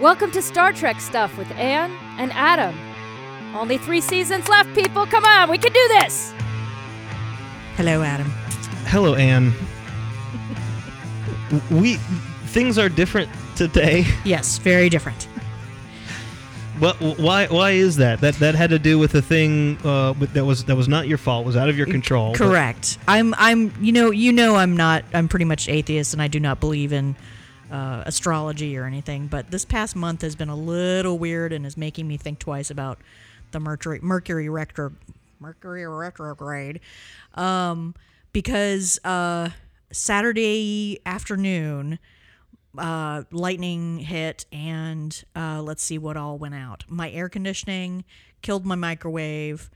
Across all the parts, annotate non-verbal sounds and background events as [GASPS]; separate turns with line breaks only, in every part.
Welcome to Star Trek Stuff with Anne and Adam. Only three seasons left, people. Come on, we can do this.
Hello, Adam.
Hello, Anne. we things are different today.
Yes, very different.
What? Why? Why is that? That that had to do with a thing uh, with- that was that was not your fault. Was out of your control. but-
Correct. I'm. I'm. You know. You know. I'm not. I'm pretty much atheist, and I do not believe in uh, astrology or anything. But this past month has been a little weird, and is making me think twice about the Mercury Mercury retro Mercury retrograde, um, because uh, Saturday afternoon. uh, lightning hit, and uh, let's see what all went out. My air conditioning killed my microwave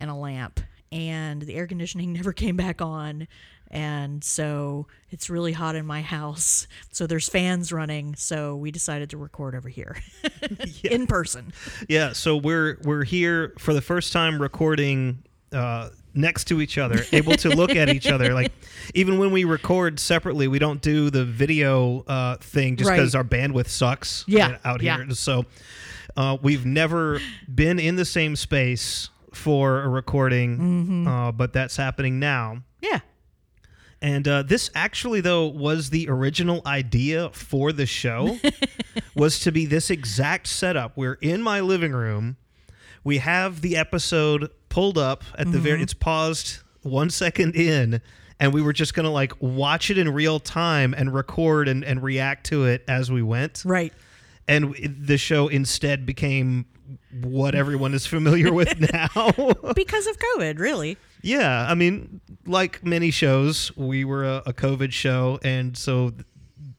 and a lamp, and the air conditioning [LAUGHS] never came back on. And so it's really hot in my house. So there's fans running. So we decided to record over here [LAUGHS] in person.
Yeah. So we're we're here for the first time recording uh, next to
[LAUGHS]
each other, able to look at each other. Like even when we record separately, we don't do the video uh, thing just because
Right.
our bandwidth sucks.
Yeah,
Out
yeah.
here, so uh, we've never been in the same space for a recording,
Mm-hmm.
uh, but that's happening now.
Yeah.
And uh, this actually, though, was the original idea for the show, was to be this exact setup. We're in my living room. We have the episode pulled up at the very. It's paused one second in, and we were just gonna like watch it in real time and record and, and react to it as we went.
Right.
And w- the show instead became what everyone is familiar with now.
Because of COVID, really.
Yeah, I mean, like many shows, we were a, a COVID show, and so,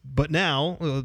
but now, uh,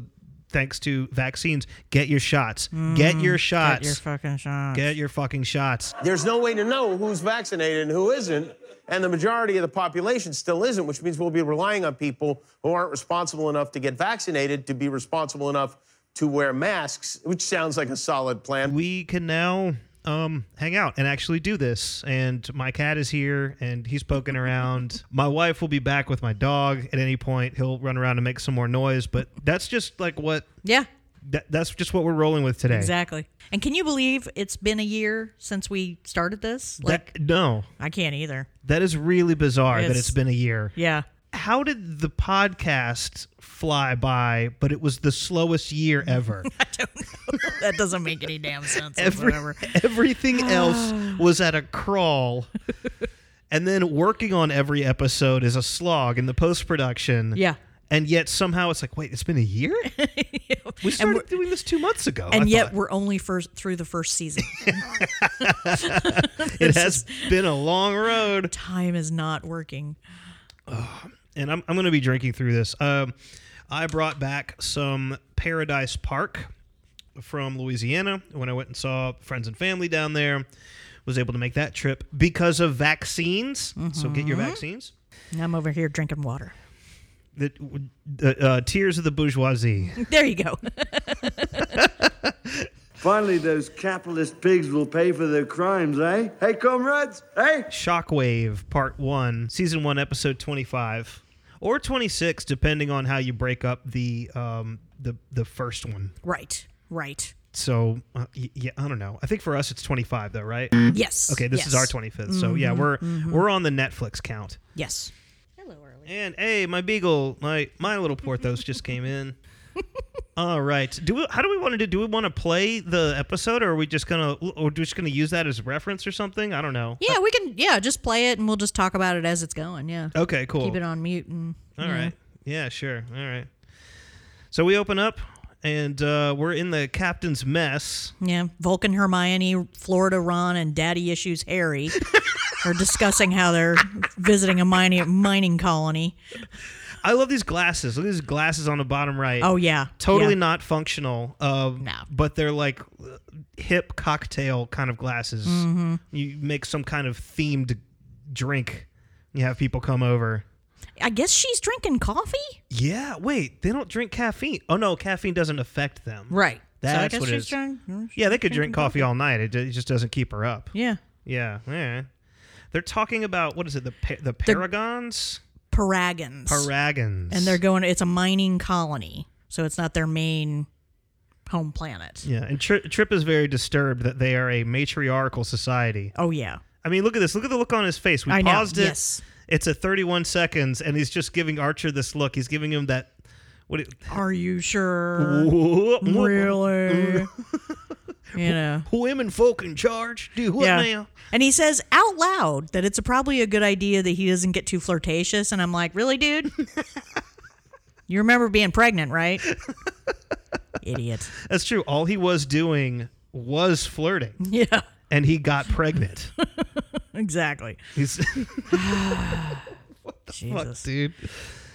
thanks to vaccines, get your shots, get your shots,
Get your fucking shot.
Get your fucking shots.
There's no way to know who's vaccinated and who isn't, and the majority of the population still isn't, which means we'll be relying on people who aren't responsible enough to get vaccinated to be responsible enough to wear masks, which sounds like a solid plan.
We can now um, hang out and actually do this. And my cat is here, and he's poking around. my wife will be back with my dog at any point. He'll run around and make some more noise, but that's just like what.
Yeah.
That, that's just what we're rolling with today.
Exactly. And can you believe it's been a year since we started this? Like,
That, no,
I can't either.
that is really bizarre that
It's-
it's been a year.
Yeah.
how did the podcast fly by but it was the slowest year
[LAUGHS]
ever
that doesn't make any damn [LAUGHS] sense
Every-
whatsoever.
everything else [GASPS] was at a crawl and then working on every episode is a slog in the post-production
Yeah.
and yet somehow it's like wait it's been a
[LAUGHS]
year we started doing this two months ago
And
I
yet
thought.
we're only first through the first [LAUGHS] season.
it has been a long road
Time is not working.
and I'm, I'm going to be drinking through this. Um, I brought back some Paradise Park from Louisiana when I went and saw friends and family down there. Was able to make that trip because of vaccines. So get your vaccines.
And I'm over here drinking water.
The the, uh, tears of the bourgeoisie.
[LAUGHS] There you [LAUGHS] go.
Finally, those capitalist pigs will pay for their crimes, eh? Hey, comrades, eh?
Shockwave Part One, Season One, Episode Twenty-five or Twenty-six, depending on how you break up the um, the the first one.
right. Right.
So uh, y- yeah, I don't know. I think for us it's twenty-five though, right?
Yes.
Hmm? Okay, this is our
Yes. Mm-hmm,
25th. So yeah, we're we're on the Netflix count.
Yes.
And hey, my beagle, my my little Porthos just came
[LAUGHS]
in. All right. Do we, how do we want to do? Do we want to play the episode, or are we just gonna, or we just gonna use that as reference or something? I don't know.
Yeah, we can. Yeah, just play it, and we'll just talk about it as it's going. Yeah.
Okay, cool.
Keep it on mute. And
All right. Yeah, sure. All right. So we open up, and uh, we're in the captain's mess.
yeah, Vulcan, Hermione, Florida, Ron, and Daddy issues [LAUGHS] Harry are discussing how they're visiting a mining mining colony.
I love these glasses. Look at these glasses on the bottom right.
Oh yeah.
totally
Yeah.
not functional. Um,
No.
but they're like uh, hip cocktail kind of glasses.
Mm-hmm.
You make some kind of themed drink. You have people come over.
I guess she's drinking coffee.
Yeah, wait, they don't drink caffeine. Oh no, caffeine doesn't affect them.
Right. so I
That's
guess
what it
she's
is.
drinking.
Yeah, they could drink coffee all night. It, it just doesn't keep her up.
Yeah.
Yeah, yeah. They're talking about what is it? The pa- the paragons,
Paragons.
paragons,
and they're going. It's a mining colony, so it's not their main home planet.
Yeah, and Tri- Trip is very disturbed that they are a matriarchal society.
Oh yeah.
I mean, look at this. Look at the look on his face. We
I know,
paused it.
yes.
It's at 31 seconds, and he's just giving Archer this look. He's giving him that. What? It,
Are you sure?
[LAUGHS]
really? you know.
Women folk in charge. Do what now?
And he says out loud that it's a, probably a good idea that he doesn't get too flirtatious. And I'm like, really,
[LAUGHS]
dude? you remember being pregnant, right? Idiot. [LAUGHS]
That's true. All he was doing was flirting,
Yeah,
and he
[LAUGHS]
got pregnant.
exactly.
He's [LAUGHS] fuck,
Jesus.
dude.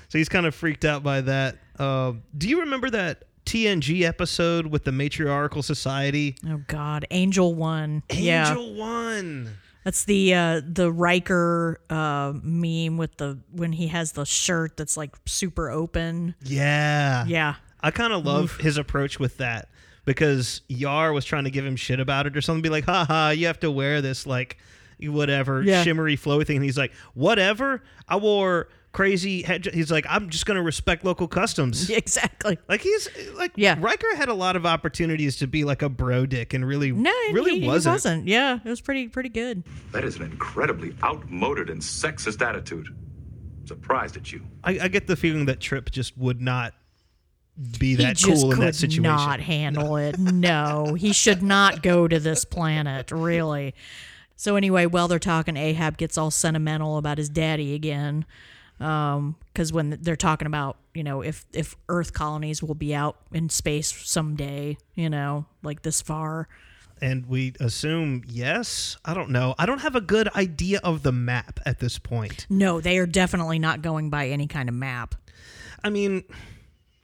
So he's kind of freaked out by that. Um, do you remember that TNG episode with the matriarchal society?
Oh God, Angel One. Yeah,
Angel One.
that's the uh, the Riker uh, meme with the when he has the shirt that's like super open.
Yeah.
[LAUGHS] Yeah,
I kind of love his approach with that because Yar was trying to give him shit about it or something, be like, haha, you have to wear this, like, whatever,
Yeah.
shimmery, flowy thing. And he's like, whatever. I wore crazy. Head- he's like, I'm just going to respect local customs.
exactly.
Like he's like
Yeah.
Riker had a lot of opportunities to be like a bro dick and really
No,
really
he, he
wasn't.
wasn't. Yeah, it was pretty pretty good.
That is an incredibly outmoded and sexist attitude. I'm surprised at you.
I, I get the feeling that Trip just would not be that
he just
cool in
could
that situation. [LAUGHS]
not handle it. No, he should not go to this planet, really. So anyway, while they're talking, Ahab gets all sentimental about his daddy again, because when they're talking about you know if if Earth colonies will be out in space someday, you know, like this far.
and we assume yes. I don't know. I don't have a good idea of the map at this point.
No, they are definitely not going by any kind of map.
I mean,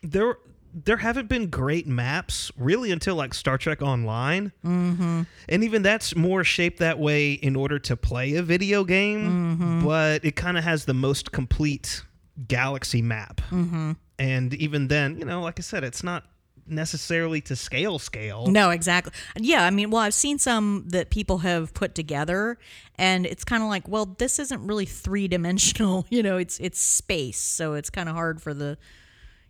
there there haven't been great maps really until like Star Trek Online, mm-hmm. and even that's more shaped that way in order to play a video game. But it kind of has the most complete galaxy map, mm-hmm. and even then, you know, like I said, it's not necessarily to scale scale.
No, exactly. Yeah, I mean, well, I've seen some that people have put together, and it's kind of like, well, this isn't really three dimensional. [LAUGHS] You know, it's it's space, so it's kind of hard for the.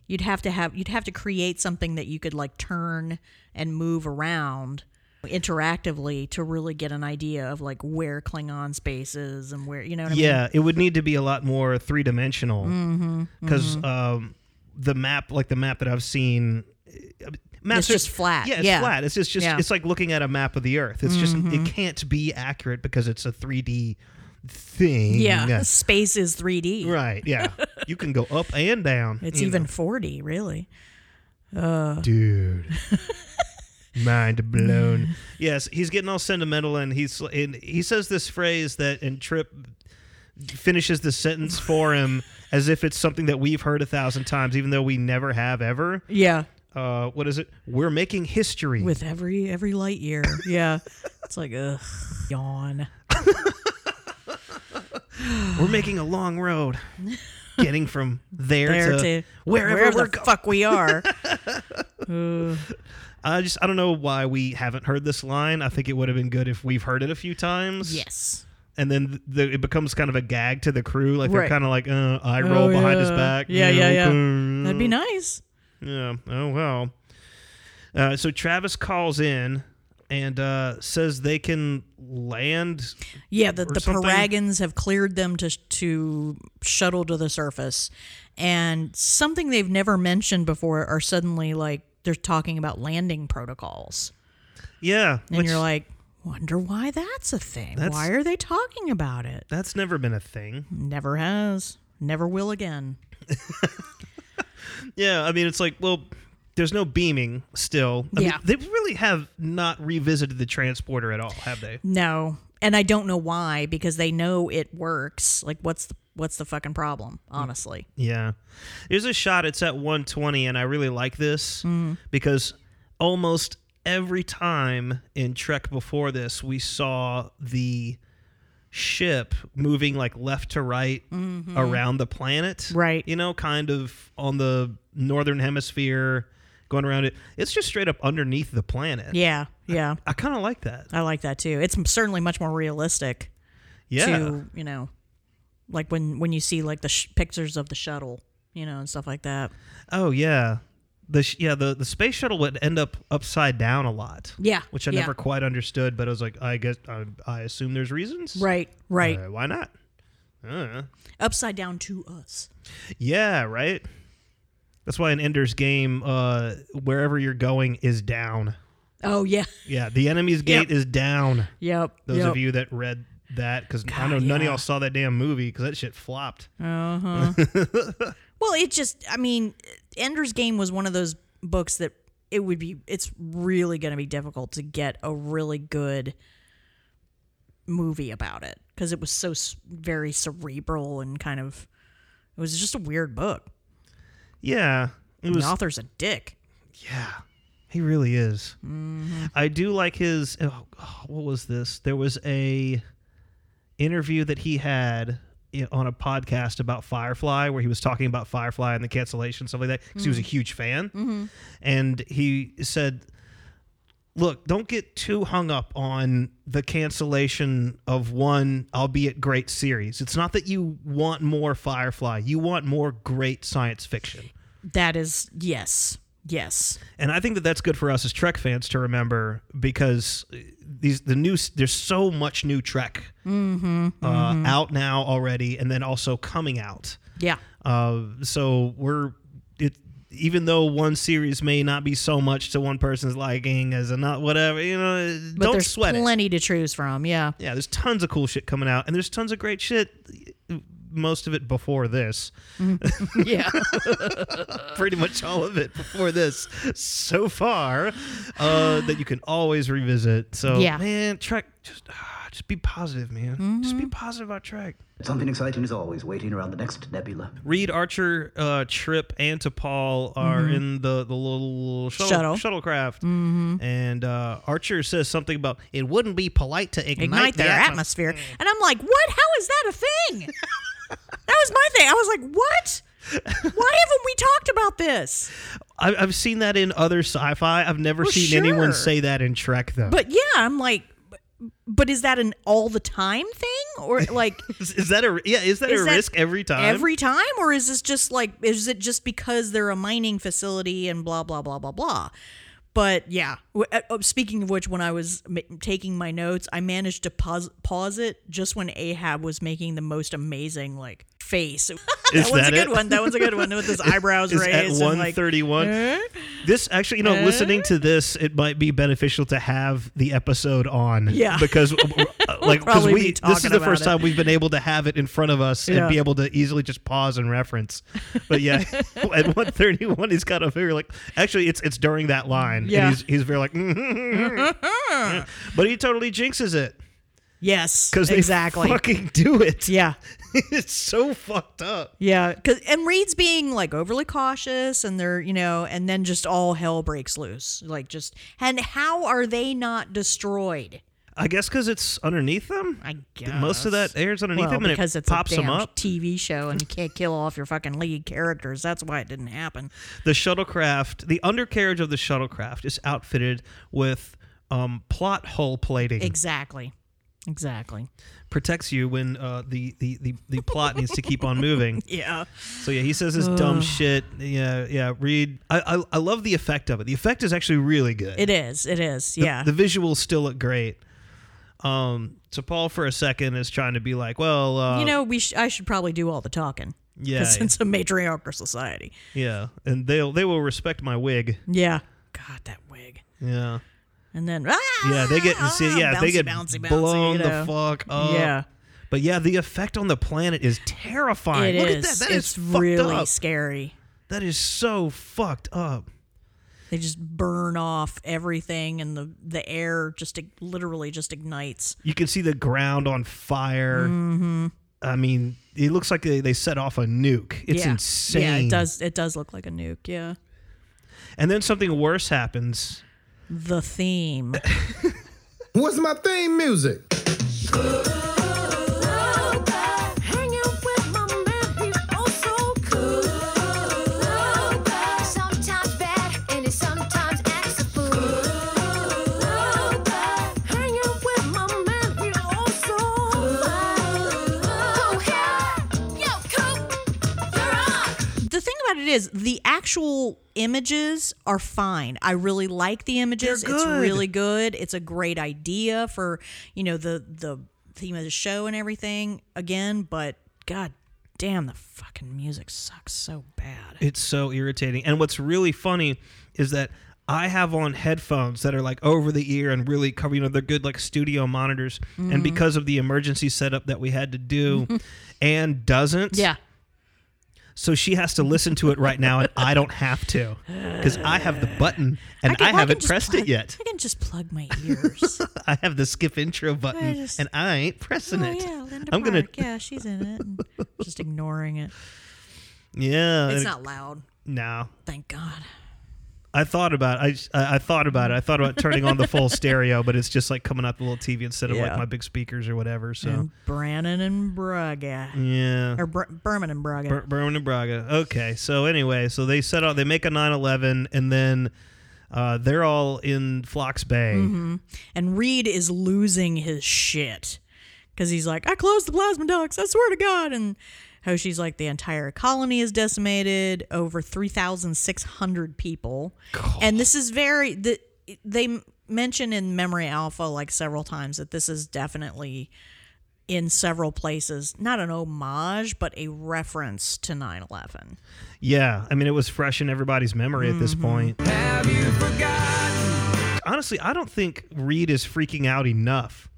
You'd have to have you'd have to create something that you could like turn and move around interactively to really get an idea of like where Klingon space is and where you know what I mean.
Yeah, it would need to be a lot more three dimensional
Mm-hmm,
because um, the map, like the map that I've seen, uh, maps
It's
are-
just flat,
Yeah, it's
yeah.
flat. It's just, just
Yeah. Mm-hmm.
it's like looking at a map of the Earth. It's just it can't be accurate because it's a three D thing.
Yeah, [LAUGHS] space is 3D.
right. Yeah, you can go up
[LAUGHS]
and down.
It's
you
even 4D, really.
know. [LAUGHS] dude. Mind blown. yes, he's getting all sentimental, and he's and he says this phrase that and Trip finishes the sentence
[LAUGHS]
for him as if it's something that we've heard a thousand times, even though we never have ever.
Yeah.
Uh, what is it? We're making history.
with every every light year. Yeah, it's like ugh, yawn.
we're making a long
[LAUGHS]
road, getting from there,
There
to,
to
wherever
where
we're
the
going.
fuck we
[LAUGHS]
are.
I just I don't know why we haven't heard this line. I think it would have been good if we've heard it a few times.
yes.
and then the, it becomes kind of a gag to the crew. Like they're
Right. Oh,
kind of like uh, eye roll behind his back.
Yeah, yeah, yeah.
okay.
That'd be nice.
Yeah. Oh well. Uh, so Travis calls in and uh, says they can land.
Yeah, the, the
something.
Paragons have cleared them to to shuttle to the surface, and something they've never mentioned before are suddenly like they're talking about landing protocols,
Yeah.
and
which-
you're like, wonder why that's a thing.
That's-
why are they talking about it?
that's never been a thing.
Never has, never will again.
Yeah. I mean, it's like well. There's no beaming still. I
Yeah.
Mean, they really have not revisited the transporter at all, have they?
No, and I don't know why because they know it works. Like, what's the what's the fucking problem? Honestly,
Yeah. There's a shot, it's at 120, and I really like this
Mm.
because almost every time in Trek before this, we saw the ship moving like left to right around the planet.
Mm-hmm. Right.
You know, kind of on the northern hemisphere, going around it. It's just straight up underneath the planet.
yeah, yeah,
I kind of like that.
I like that too. It's m- certainly much more realistic
Yeah.
to you know, like when when you see like the sh- pictures of the shuttle, you know, and stuff like that.
Oh, yeah. the sh- yeah the, the space shuttle would end up upside down a lot.
Yeah,
which I
yeah.
never quite understood, but I was like, I guess I, I assume there's reasons.
Right, right.
Uh, why not? Uh,
Upside down to us.
yeah, right. That's why in Ender's Game, uh, wherever you're going is down.
Oh yeah.
Yeah, the enemy's gate is down.
Yep.
Those
yep.
of you that read that, because I know none of
yeah.
y'all saw that damn movie because that shit flopped.
Well, it just, I mean, Ender's Game was one of those books that it would be, it's really going to be difficult to get a really good movie about it because it was so s- very cerebral and kind of, it was just a weird book.
Yeah, it was
the author's a dick.
Yeah, he really is. I do like his. Oh, oh, what was this? There was a interview that he had i- on a podcast about Firefly, where he was talking about Firefly and the cancellation stuff like that. Because he was a huge fan, and he said. Look, don't get too hung up on the cancellation of one, albeit great series. It's not that you want more Firefly, you want more great science fiction.
That is, yes, yes.
And I think that that's good for us as Trek fans to remember because these the new there's so much new Trek
Mm-hmm.
uh, out now already, and then also coming out.
Yeah.
Uh, so we're it even though one series may not be so much to one person's liking as a not whatever you know.
But
don't
there's
sweat it.
plenty to choose from. Yeah.
Yeah, there's tons of cool shit coming out, and there's tons of great shit. Most of it before this,
[LAUGHS] Yeah.
pretty much all of it before this so far uh, that you can always revisit. So
Yeah.
man, Trek, just ah, just be positive, man. Just be
Mm-hmm.
positive about Trek.
Something exciting is always waiting around the next nebula.
Reed Archer, uh, Trip, and T'Pol are in the the little shuttle,
Mm-hmm. Shuttle. Mm-hmm.
shuttlecraft, and uh, Archer says something about it wouldn't be polite to ignite,
ignite
the
their
atmos-
atmosphere. And I'm like, what? How is that a thing? [LAUGHS] that was my thing. I was like, what? Why haven't we talked about this?
I- I've seen that in other sci-fi. I've never
Well,
seen anyone
sure.
say that in Trek though.
But yeah, I'm like, b- but is that an all the time thing? Or like
is, is that a yeah? Is that
Is
a
that
risk every time?
every time? Or is this just like, is it just because they're a mining facility and blah, blah, blah, blah, blah? But yeah, w- uh, uh, speaking of which, when I was ma- taking my notes, I managed to pause, pause it just when Ahab was making the most amazing like face. [LAUGHS]
Is
that one's
that
a good
it?
one. That one's a good one with his eyebrows
[LAUGHS] is at
raised. and,
one
like,
thirty-one. This actually, you know, listening to this, it might be beneficial to have the episode on,
Yeah.
[LAUGHS] because uh,
[LAUGHS]
like because
probably be
we this is
talking
the
about
first
it.
time we've been able to have it in front of us and
Yeah.
be able to easily just pause and reference.
[LAUGHS]
But yeah, [LAUGHS] at one thirty-one, he's got a very like actually, it's it's during that line. and
Yeah. Mm-hmm.
he's he's very like, [LAUGHS] Yeah. but he totally jinxes it
Yes,
because
exactly.
they fucking do it.
yeah,
[LAUGHS] it's so fucked up.
yeah. 'Cause- and Reed's being like overly cautious, and they're you know, and then just all hell breaks loose. Like just and how are they not destroyed?
I guess because it's underneath them. I
guess.
most of that air's underneath
Well,
them, and
because
it
it's
pops
a damn
them up.
TV show, and you can't kill off your fucking lead characters. That's why it didn't happen.
the shuttlecraft, the undercarriage of the shuttlecraft, is outfitted with um, plot hole plating.
Exactly, exactly.
Protects you when uh, the, the the the plot needs to keep on moving.
Yeah,
So yeah, he
[LAUGHS]
says this dumb shit. Yeah, yeah. Read. I, I I love the effect of it. The effect is actually really good.
it is. It is.
The-
yeah.
The visuals still look great. Um, so Paul for a second is trying to be like, well, uh,
you know, we sh- I should probably do all the talking.
Yeah,
'Cause [LAUGHS]
yeah.
it's a matriarchal society.
yeah, and they'll they will respect my wig.
Yeah. God, that wig.
Yeah.
And then ah,
Yeah, they get
ah,
see, yeah, they
bouncy,
get
bouncy, bouncy,
blown
you know.
the fuck up.
Yeah.
But yeah, the effect on the planet is terrifying.
It
Look
is.
at that. That is
it's
fucked
really
up.
scary.
That is so fucked up.
They just burn off everything, and the the air just ig- literally just ignites.
You can see the ground on fire. Mm-hmm. I mean, it looks like they, they set off a nuke. It's
yeah.
insane.
Yeah, it does. It does look like a nuke. Yeah.
And then something worse happens.
The
[COUGHS]
theme.
What's my theme music?
Sometimes bad, and it sometimes acts a fool. Hanging with my man, he also fine. Oh, yeah. Yo, Coop, you're on.
the thing about it is the actual images are fine. I really like the images.
They're
It's
good.
really good. It's a great idea for, you know, the the theme of the show and everything again, but god damn the fucking music sucks so bad.
It's so irritating. And what's really funny is that I have on headphones that are like over the ear and really cover, you know, they're good like studio monitors.
Mm-hmm.
And because of the emergency setup that we had
[LAUGHS]
to do, Anne doesn't. So she has to listen to it right now, and I don't have to because I have the button and I,
can- can
haven't
just
pressed it
plug-
yet.
I can just plug
[LAUGHS]
my ears.
I have the skip intro button
just-
and I ain't pressing
oh
it.
yeah, Linda
I'm gonna
Park. Yeah, she's in it. and just ignoring it.
yeah.
It's
and-
not loud.
no.
Thank God.
I thought about it. I, I I thought about it. I thought about turning on
[LAUGHS]
the full stereo, but it's just like coming out the little TV instead of
Yeah.
like my big speakers or whatever. So
And Brannon and Braga.
Oh. yeah.
Or Br- Berman and Braga.
Bur- Berwyn and Braga. Okay. So anyway, so they set out. They make a 9/11, and then uh, they're all in Flocks Bay.
Mm-hmm. and Reed is losing his shit because he's like, I closed the plasma ducts, I swear to God. And Hoshi's like, the entire colony is decimated, over 3,600 people. And this is very, the, they m- mention in Memory Alpha like several times that this is definitely in several places, not an homage, but a reference to 9 11.
Yeah. I mean, it was fresh in everybody's memory at
Mm-hmm.
this point. Honestly, I don't think Reed is freaking out enough.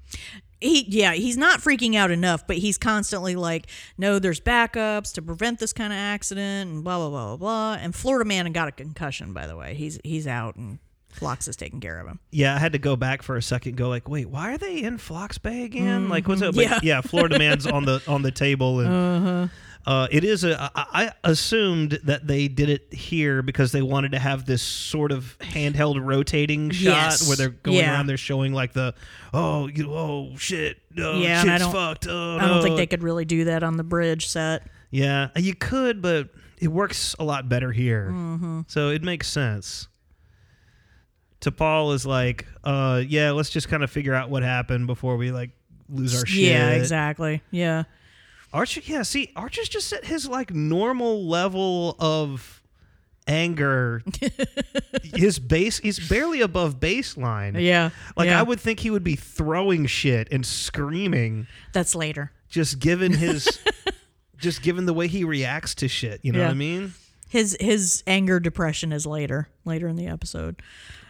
he yeah he's not freaking out enough but he's constantly like no there's backups to prevent this kind of accident and blah blah blah blah blah and florida man got a concussion by the way he's he's out and Phlox is taking care of him
Yeah, I had to go back for a second. Go like, wait, why are they in Flocks Bay again? Like, what's up? But
Mm, Yeah. Uh-huh.
yeah, Florida man's on the on the table, and uh, it is a. I I assumed that they did it here because they wanted to have this sort of handheld rotating shot
Yes.
where they're going
Yeah.
around, they're showing like the, oh, you, oh shit, oh,
Yeah,
shit's
and I don't-
fucked. Oh,
i don't
no.
think they could really do that on the bridge set
Yeah, uh, you could, but it works a lot better here.
Mm-hmm.
So it makes sense. T'Pol is like, uh, yeah, let's just kind of figure out what happened before we like lose our shit.
yeah exactly yeah
Archer, yeah, see, Archer's just at his like normal level of
[LAUGHS]
anger. his base, he's barely above baseline.
yeah
Like
yeah.
I would think he would be throwing shit and screaming
that's later
just
[LAUGHS]
given his just given the way he reacts to shit you know
Yeah.
what i mean
his his anger depression is later later in the episode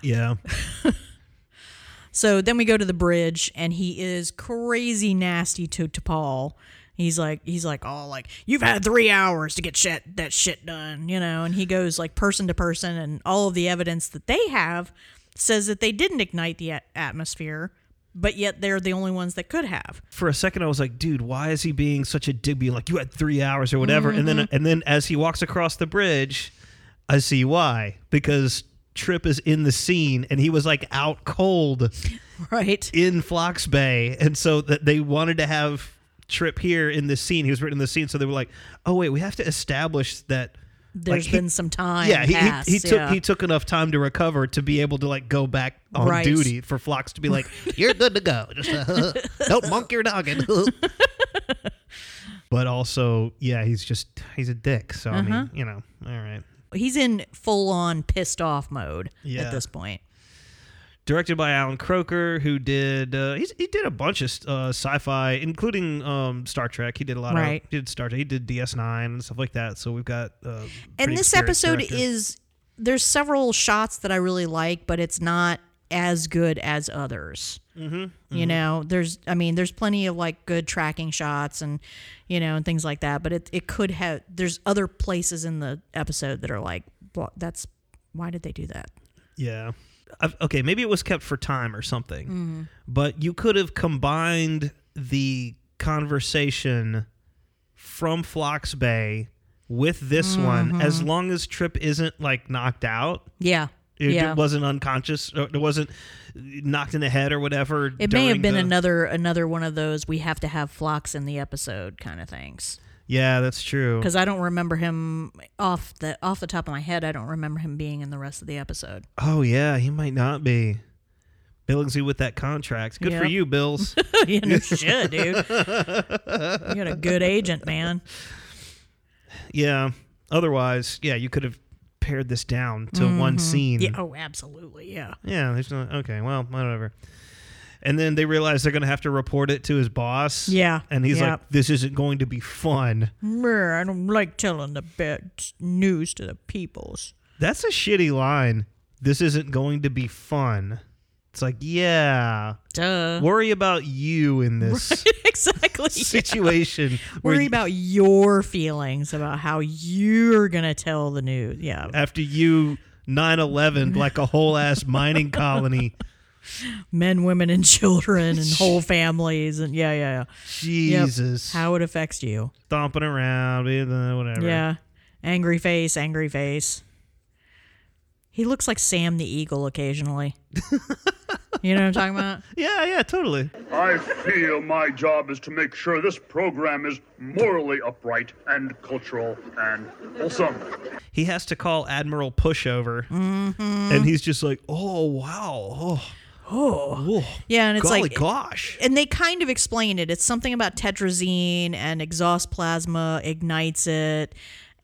yeah
So then we go to the bridge, and he is crazy nasty to to Paul. He's like, he's like, oh, like you've had three hours to get shit that shit done, you know. And he goes like person to person, and all of the evidence that they have says that they didn't ignite the a- atmosphere, but yet they're the only ones that could have.
[LAUGHS] for a second i was like dude why is he being such a dig being like you had three hours or whatever and then and then as he walks across the bridge i see why because trip is in the scene and he was like out cold
Right?
in Phlox Bay, and so that they wanted to have Trip here in this scene. He was written in the scene, so they were like, "Oh wait, we have to establish that."
There's
There's
been some time
Yeah, he,
pass,
he, he took
yeah.
he took enough time to recover to be able to like go back on
Right.
duty for Phlox to be
[LAUGHS]
like, "You're good to go. Just uh, [LAUGHS] don't monk your noggin." [LAUGHS] but also, yeah, he's just he's a dick. So I
Uh-huh.
mean, you know, all right.
He's in full on pissed off mode
Yeah.
at this point.
directed by Alan Croker, who did uh, he's, he did a bunch of uh, sci-fi, including um, Star Trek. He did a lot
Right.
of did Star Trek. He did DS9 and stuff like that. So we've got uh, pretty
and this
experienced
episode
director.
is there's several shots that I really like, but it's not as good as others. Mm-hmm, You know, there's I mean, there's plenty of like good tracking shots and you know and things like that, but it it could have there's other places in the episode that are like well, that's why did they do that?
yeah. I've, okay, maybe it was kept for time or something,
Mm-hmm.
but you could have combined the conversation from Phlox Bay with this
Mm-hmm.
one, as long as Trip isn't like knocked out.
Yeah.
It
yeah.
wasn't unconscious. Or it wasn't knocked in the head or whatever.
it may have
during
been
the-
another another one of those we have to have flocks in the episode kind of things.
Yeah, that's true.
Because I don't remember him off the off the top of my head. I don't remember him being in the rest of the episode.
Oh yeah, he might not be. Billingsley with that contract. Good for
Yep. [LAUGHS]
you, Bills.
you know, shit, dude. You got a good agent, man.
yeah. Otherwise, yeah, you could have pared this down to one scene.
Yeah. Oh, absolutely. Yeah.
Yeah, there's no okay. Well, whatever. And then they realize they're going to have to report it to his boss.
Yeah,
and he's
yeah.
like, "This isn't going to be fun."
Meh, I don't like telling the bad news to the peoples.
That's a shitty line. This isn't going to be fun. It's like, yeah,
Duh.
worry about you in this
[LAUGHS] exactly.
situation.
[LAUGHS]
where
Worry
you-
about your feelings about how you're gonna tell the news. Yeah.
after you 9/11 like a whole ass
[LAUGHS]
mining colony.
Men, women, and children, and whole families, and yeah, yeah, yeah. Yep.
Jesus,
How it affects you.
stomping around, eh, whatever.
Yeah. Angry face, angry face. He looks like Sam the Eagle occasionally. [LAUGHS] you know what I'm talking about?
yeah, yeah, totally.
I feel my job is to make sure this program is morally upright and cultural and wholesome.
he has to call Admiral Pushover,
Mm-hmm.
and he's just like, "Oh wow, oh, oh,
Yeah, and it's
golly
like
gosh,
and they kind of explain it. It's something about tetrazine and exhaust plasma ignites it,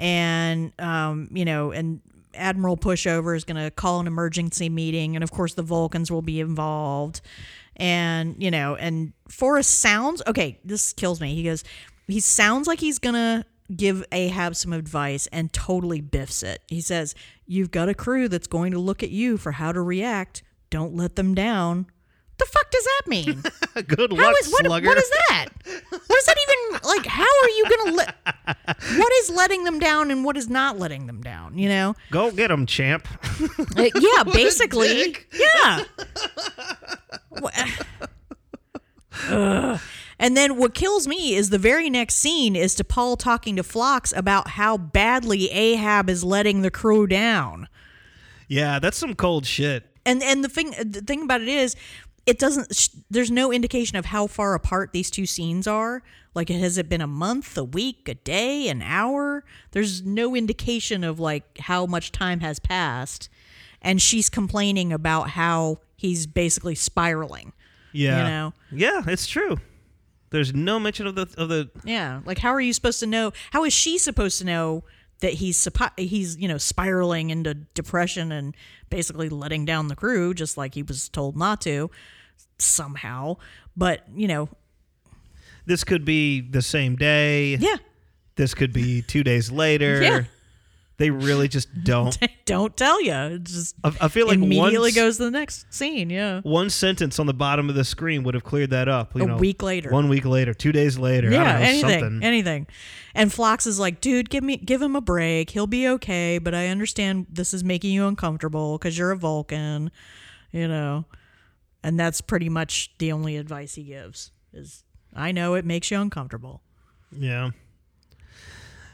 and um, you know, and Admiral Pushover is going to call an emergency meeting, and of course the Vulcans will be involved, and you know, and Forrest sounds okay. This kills me. He goes, he sounds like he's gonna give Ahab some advice and totally biffs it. He says, "You've got a crew that's going to look at you for how to react. Don't let them down." The fuck does that mean?
[LAUGHS] good
eh, How
luck,
is what,
slugger."
what is that? What is that even like? How are you gonna let? What is letting them down and what is not letting them down? You know?
Go get him, champ." [LAUGHS]
[LAUGHS] Uh, yeah, basically.
dick.
[LAUGHS] Yeah. Wha- [SIGHS] Ugh. And then what kills me is the very next scene is to Paul talking to Phlox about how badly Ahab is letting the crew down.
yeah, that's some cold shit.
And and the thing the thing about it is it doesn't sh- there's no indication of how far apart these two scenes are. Like has it been a month, a week, a day, an hour? There's no indication of like how much time has passed and she's complaining about how he's basically spiraling.
Yeah,
know?
yeah, it's true. There's no mention of the of the
Yeah, like how are you supposed to know how is she supposed to know that he's suppo- he's you know spiraling into depression and basically letting down the crew just like he was told not to somehow. But, you know,
this could be the same day.
yeah, [LAUGHS]
This could be two days later.
Yeah.
They really just
[LAUGHS]
don't.
don't tell you. It just
I, I feel like
immediately
once-
goes to the next scene. Yeah.
one sentence on the bottom of the screen would have cleared that up. You
A
know,
week later.
one week later, two days later, I
Yeah,
don't know,
anything,
something.
anything, and Flox is like, "Dude, give me, give him a break. He'll be okay." But I understand this is making you uncomfortable because you're a Vulcan, you know, and that's pretty much the only advice he gives. Is I know it makes you uncomfortable.
Yeah.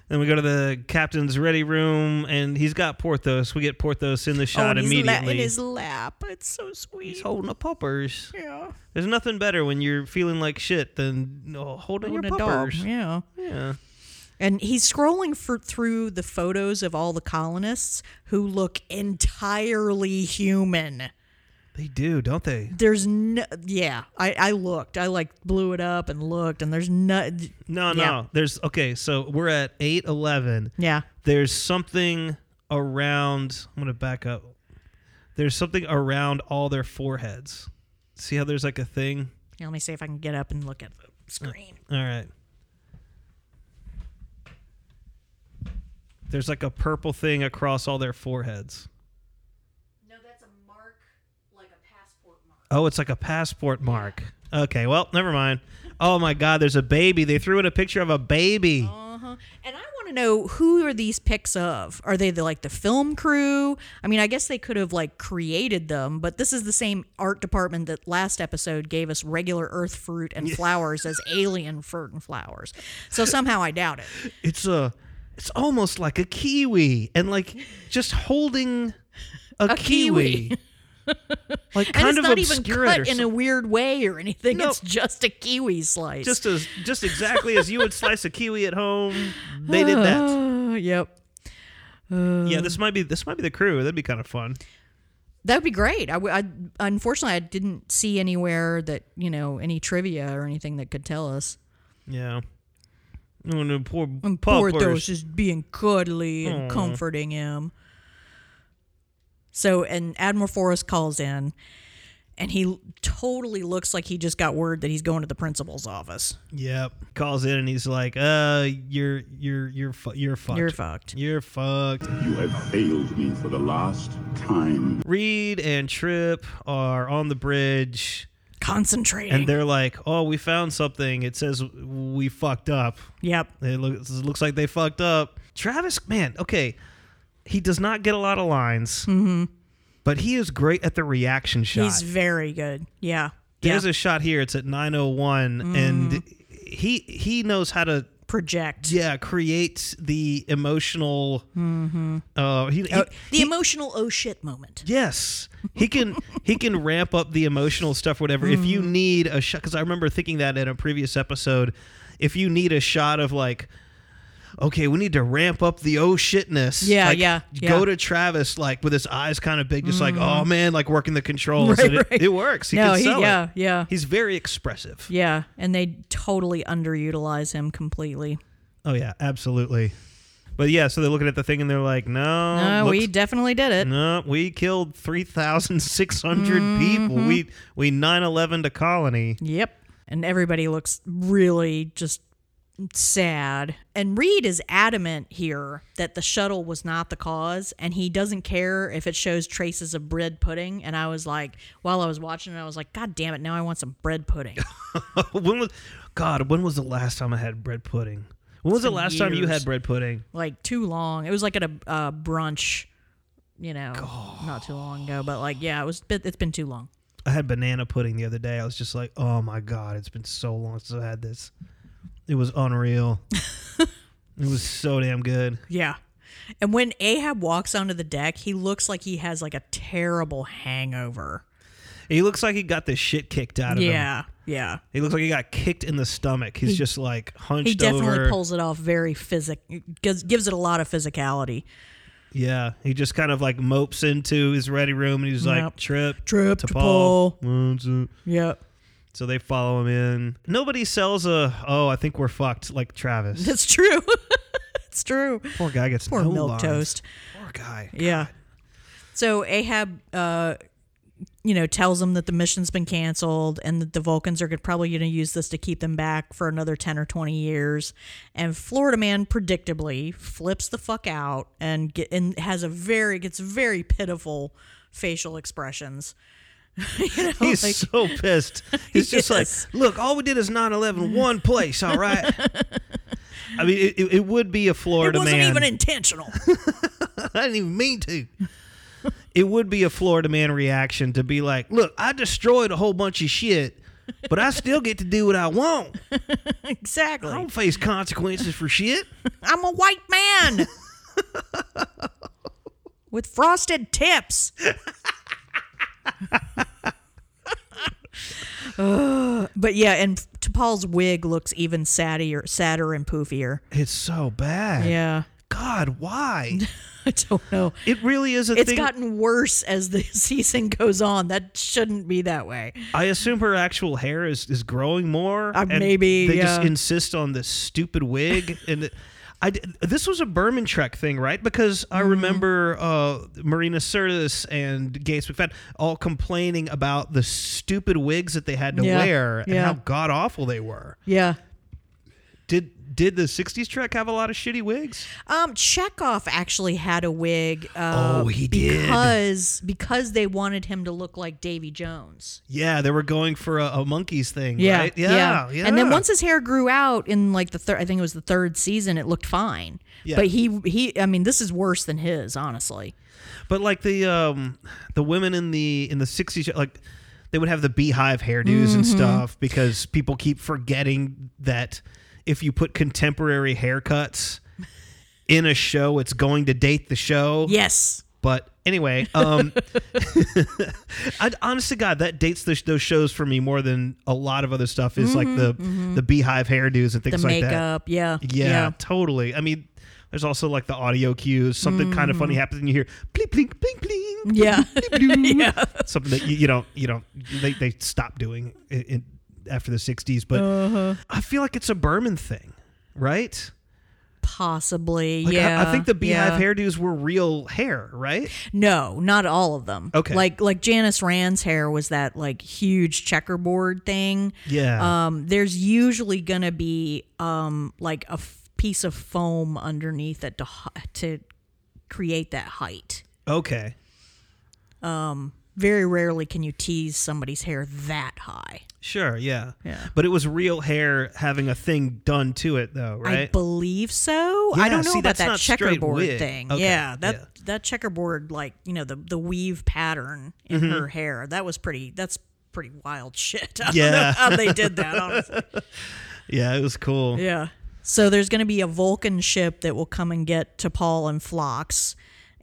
Then we go to the captain's ready room, and he's got Porthos. We get Porthos in the shot
oh, and he's la-
immediately.
in his lap. It's so sweet.
he's holding up poppers.
yeah,
There's nothing better when you're feeling like shit than oh, holding,
Holding
your
a dog.
poppers.
Yeah.
Yeah.
And he's scrolling for, through the photos of all the colonists who look entirely human.
they do, don't they?
There's no, yeah, I, I looked. I like blew it up and looked, and there's no,
No, no.
Yeah.
There's okay. So we're at eight eleven.
yeah.
There's something around. I'm gonna back up. There's something around all their foreheads. See how there's like a thing.
Let me see if I can get up and look at the screen.
All right. There's like a purple thing across all their foreheads.
No, that's a mark, like a passport mark.
Oh, it's like a passport mark. Okay, well, never mind. Oh my God, there's a baby. They threw in a picture of a baby.
Oh. And I want to know who are these pics of? Are they the, like the film crew? I mean, I guess they could have like created them, but this is the same art department that last episode gave us regular Earth fruit and flowers as alien fruit and flowers. So somehow I doubt it.
It's a, it's almost like a kiwi, and like just holding a, kiwi.
[LAUGHS]
like
and
kind
it's
of
not even
obscure it
cut
or
in a
something.
weird way or anything.
No.
It's just a kiwi slice.
just as just exactly as you would slice a kiwi at home. They did that.
Uh, yep.
Yeah, this might be this might be the crew. That'd be kind of fun.
That would be great. I, w- I unfortunately I didn't see anywhere that you know any trivia or anything that could tell us.
Yeah. Oh, no, poor
And Porthos is being cuddly and comforting him. So, and Admiral Forrest calls in, and he l- totally looks like he just got word that he's going to the principal's office.
Yep. Calls in and he's like, "Uh, you're you're you're fu- you're fucked.
You're fucked.
You're fucked."
You have failed me for the last time.
Reed and Trip are on the bridge
Concentrating.
and they're like, "Oh, we found something. It says we fucked up.
yep.
It looks it looks like they fucked up." Travis, man, okay, he does not get a lot of lines, but he is great at the reaction shot.
Mm-hmm. He's very good. Yeah.
There's
yeah. Mm.
a shot here. It's at 901, and he he knows how to
project.
yeah create the emotional. Uh, he, he-
Oh, the emotional oh shit moment.
yes, he can he can ramp up the emotional stuff. Whatever. If you
Hmm.
need a shot, because I remember thinking that in a previous episode, if you need a shot of like. Okay, we need to ramp up the oh shitness.
Yeah,
Like,
yeah, yeah. Mm-hmm.
Go to Travis like with his eyes kind of big, just like oh man, like working the controls.
[LAUGHS] Right,
and it,
right.
it works. He
No,
can
he-
sell it.
yeah, yeah.
He's very expressive.
Yeah, and they totally underutilize him completely.
Oh yeah, absolutely. But yeah, so they're looking at the thing and they're like, "No,
No, Uh, we
looks-
definitely did it.
[LAUGHS] no, we killed three thousand six hundred
Mm-hmm.
people. We we nine eleven to colony. [LAUGHS]
Yep. And everybody looks really just sad. And Reed is adamant here that the shuttle was not the cause and he doesn't care if it shows traces of bread pudding. And I was like, while I was watching it, I was like, God damn it, now I want some bread [LAUGHS] pudding.
when was God? When was the last time I had bread pudding? When was the last time you
years.
had bread pudding?
like too long. It was like at a uh, brunch, you know, not too long ago, but like, yeah, it was, it's been too long.
I had banana pudding the other day. I was just like, "Oh my god, it's been so long since I had this. It was
[LAUGHS]
unreal. it was so damn good."
Yeah. And when Ahab walks onto the deck, he looks like he has like a terrible hangover.
He looks like he got the shit kicked out of him.
Yeah. Yeah.
He looks like he got kicked in the stomach. He's just like hunched
He definitely
over.
pulls it off very physic gives, gives it a lot of physicality.
Yeah, he just kind of like mopes into his ready room and he's like,
Yep.
"Trip,
Trip to
One, two.
Yep.
So they follow him in. Nobody sells a. Oh, I think we're fucked. Like Travis,
That's true. [LAUGHS] it's true.
poor guy gets
Poor
no
milk
lines.
toast.
Poor
[LAUGHS]
guy.
Yeah. So Ahab uh you know, tells them that the mission's been canceled and that the Vulcans are probably going to use this to keep them back for another 10 or 20 years. And Florida Man predictably flips the fuck out and get and has a very gets very pitiful facial expressions. you know,
He's
Oh, like,
so pissed.
[LAUGHS]
He's just
Yes.
like, look, all we did
[LAUGHS]
is 9-11, one place, all right. I mean, it, it- it would be a
it
Florida
wasn't
man.
even intentional.
[LAUGHS] I didn't even mean to. it would be a Florida man reaction to be like, look, I destroyed a whole bunch of shit, but I still get to do what I want.
exactly.
I don't face consequences for shit.
I'm a white
[LAUGHS]
man with frosted tips.
[LAUGHS]
Ugh. but yeah, and T'Pol's wig looks even sadder, sadder and poofier.
It's so bad.
Yeah,
God, why?
[LAUGHS] I don't know.
It really is a
It's
thing.
gotten worse as the [LAUGHS] season goes on. That shouldn't be that way.
I assume her actual hair is, is growing more.
Uh,
and
maybe,
They just
yeah.
insist on this
[LAUGHS]
stupid wig. and I, d- this was a Berman Trek thing, right? Because
Mm-hmm.
I remember uh, Marina Sirtis and Gates McFadden all complaining about the stupid wigs that they had to
Yeah,
wear and
yeah.
how god awful they were.
Yeah.
Did did the 60s Trek have a lot of shitty wigs?
Um, Chekhov actually had a wig. Uh,
Oh, he did.
because because they wanted him to look like Davy Jones.
Yeah, they were going for a, a monkeys thing, right?
And then
yeah.
once his hair grew out in like the third, I think it was the third season, it looked fine.
Yeah.
But he, he, I mean, this is worse than his, honestly.
But like the um the women in the in the sixties like they would have the beehive hairdos
Mm-hmm.
and stuff because people keep forgetting that if you put contemporary haircuts in a show it's going to date the show.
Yes.
But anyway, um [LAUGHS] I honest to god that dates the, those shows for me more than a lot of other stuff is like the the beehive hairdos and
Mm-hmm. The
things like that.
makeup. Yeah.
Yeah, totally. I mean, there's also like the audio cues. Something kind of funny happens, and you hear blink, blink, blink, blink.
Mm. [LAUGHS] Yeah.
[LAUGHS] yeah. Something that you, you don't, you don't. They they
Uh-huh.
stopped doing in, in, after the '60s, but I feel like it's a Berman thing. right?
Possibly,
Like, I-
yeah.
I, think the beehive
yeah.
hairdos were real hair, right?
No, not all of them.
Okay.
Like like Janice Rand's hair was that like huge checkerboard thing.
Yeah.
Um, there's usually gonna be um like a f- piece of foam underneath it to h- to create that height.
Okay.
Very rarely can you tease somebody's hair that high.
Sure, yeah.
Yeah.
But it was real hair having a thing done to it though,
I
right?
believe so.
Yeah,
I don't know
see,
about
that's
that
not straight
checkerboard
wig.
thing.
Okay,
yeah, that
yeah.
that checkerboard, like you know, the the weave pattern in
Mm-hmm.
her hair. That was pretty. That's pretty wild shit. [LAUGHS] I don't know
Yeah.
how they did that. Honestly.
yeah, it was cool.
yeah. So there's going to be a Vulcan ship that will come and get to Paul and Phlox.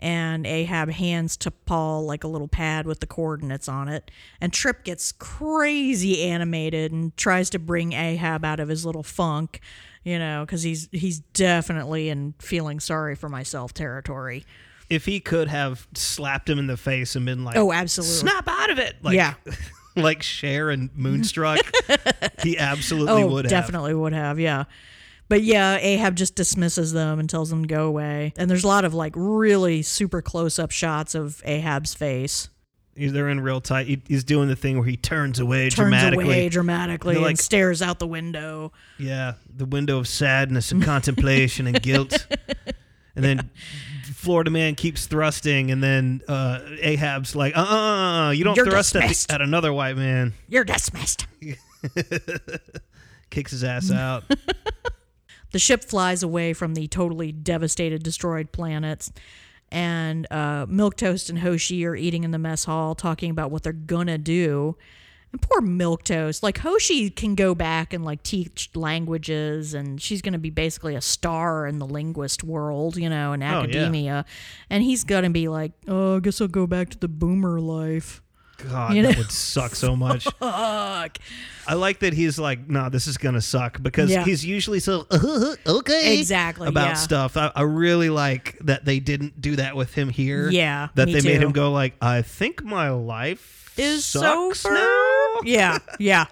And Ahab hands to Paul like a little pad with the coordinates on it. And Trip gets crazy animated and tries to bring Ahab out of his little funk, you know, because he's he's definitely in feeling sorry for myself territory.
If he could have slapped him in the face and been like,
Oh, absolutely.
snap out of it!" Like,
Yeah.
[LAUGHS] like Cher and
[LAUGHS]
Moonstruck, he absolutely
oh,
would have.
definitely would have, yeah. But yeah, Ahab just dismisses them and tells them to go away. And there's a lot of like really super close up shots of Ahab's face.
They're in real tight. he- He's doing the thing where he turns away
Turns
dramatically.
away dramatically
They're
and
like-
stares out the window.
Yeah, the window of sadness and contemplation and
[LAUGHS]
guilt. And then Florida man keeps thrusting, and then uh, Ahab's like, "Uh, uh, uh, uh, you don't
You're
thrust at,
dismissed.
the, at another white man."
You're dismissed.
Kicks his ass
[LAUGHS]
out.
The ship flies away from the totally devastated, destroyed planets. And uh, Milktoast and Hoshi are eating in the mess hall, talking about what they're gonna do. And poor Milktoast, like Hoshi can go back and like teach languages, and she's gonna be basically a star in the linguist world, you know, in
Oh, yeah.
academia. And he's gonna be like, oh, I guess I'll go back to the boomer life.
God,
You know?
that would suck so much.
Fuck.
I like that he's like, "Nah, this is gonna suck," because
Yeah.
he's usually so [LAUGHS] uh, okay,
Exactly,
about
yeah.
stuff. I, I really like that they didn't do that with him here.
Yeah,
that
me
they made
too.
him go like, "I think my life
Is so
sucks now."
Yeah,
[LAUGHS]
yeah.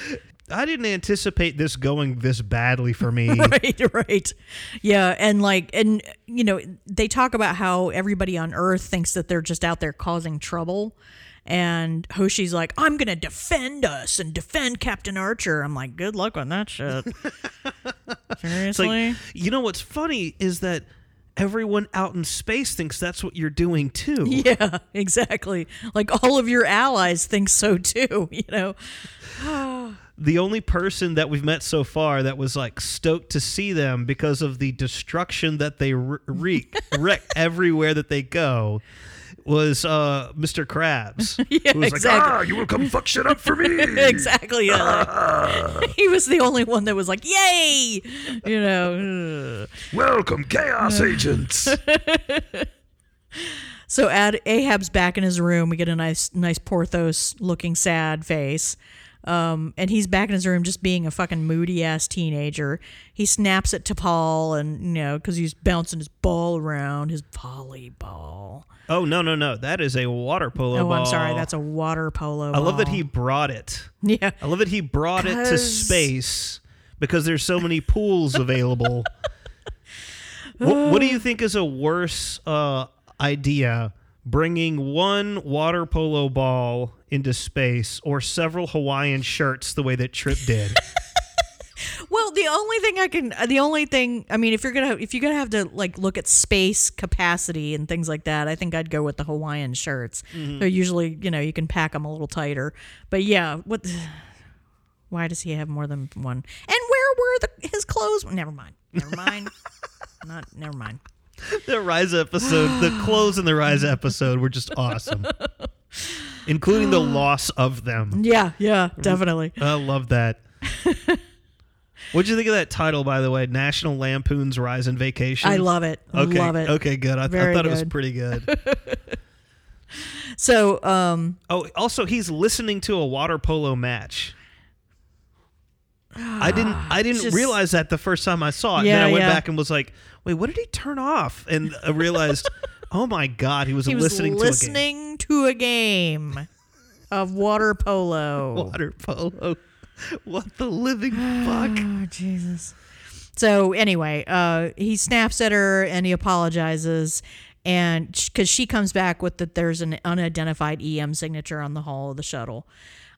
[LAUGHS]
I didn't anticipate this going this badly
[LAUGHS]
for me.
right, right. Yeah, and like and you know, they talk about how everybody on earth thinks that they're just out there causing trouble. And Hoshi's like, I'm gonna defend us and defend Captain Archer. I'm like, good luck on that
[LAUGHS]
shit.
It's like,
Seriously?
you know what's funny is that everyone out in space thinks that's what you're doing too.
yeah, exactly. Like all of your allies think so too, [LAUGHS] you know.
The only person that we've met so far that was like stoked to see them because of the destruction that they re- wreak,
[LAUGHS]
wreak everywhere that they go was uh, Mr. Krabs.
[LAUGHS] Yeah,
who was
exactly.
Ah, you will come fuck shit up for [LAUGHS] me.
exactly. Yeah, [LAUGHS]
[LAUGHS]
like- he was the only one that was like, Yay you know.
Welcome, chaos [LAUGHS] agents.
So Ad- Ahab's back in his room. We get a nice, nice Porthos looking sad face. Um, and he's back in his room just being a fucking moody ass teenager. He snaps it to Paul and, you know, because he's bouncing his ball around, his volleyball.
Like, oh, no, no, no. That is a water polo
Oh, I'm sorry.
ball.
That's a water polo.
I love that he brought it.
[LAUGHS] Yeah.
I love that he brought it to
'Cause-
space because there's so many pools available. [LAUGHS] what, what do you think is a worse uh, idea? Bringing one water polo ball into space or several Hawaiian shirts the way that Trip did?
Well, the only thing I can, uh, the only thing, I mean, if you're gonna, if you're gonna have to like look at space capacity and things like that, I think I'd go with the Hawaiian shirts. They're usually, you know, you can pack them a little tighter. But yeah, what? Why does he have more than one? And where were the his clothes? Never mind. Never mind. [LAUGHS] Not. Never mind.
the Rise episode, the clothes in the Rise episode were just awesome, including the loss of them.
Yeah. Yeah. Definitely.
I
[LAUGHS]
love that. What'd you think of that title, by the way? National Lampoon's Rise and Vacation.
I love it.
Okay.
Love it.
Okay, good. I, th- I
Very
thought it was
good. [LAUGHS]
pretty good.
So, um,
oh, also he's listening to a water polo match. I didn't I didn't
Just-
realize that the first time I saw it.
Yeah,
then I went
yeah.
back and was like, "Wait, what did he turn off?" And
[LAUGHS]
I realized, "Oh my god, he was,
he was
listening,
listening to a game of water polo. [SIGHS]
to a game. water polo." What the living fuck?
Oh, Ah, Jesus. So anyway, uh, he snaps at her and he apologizes, and because she comes back with that there's an unidentified EM signature on the hull of the shuttle.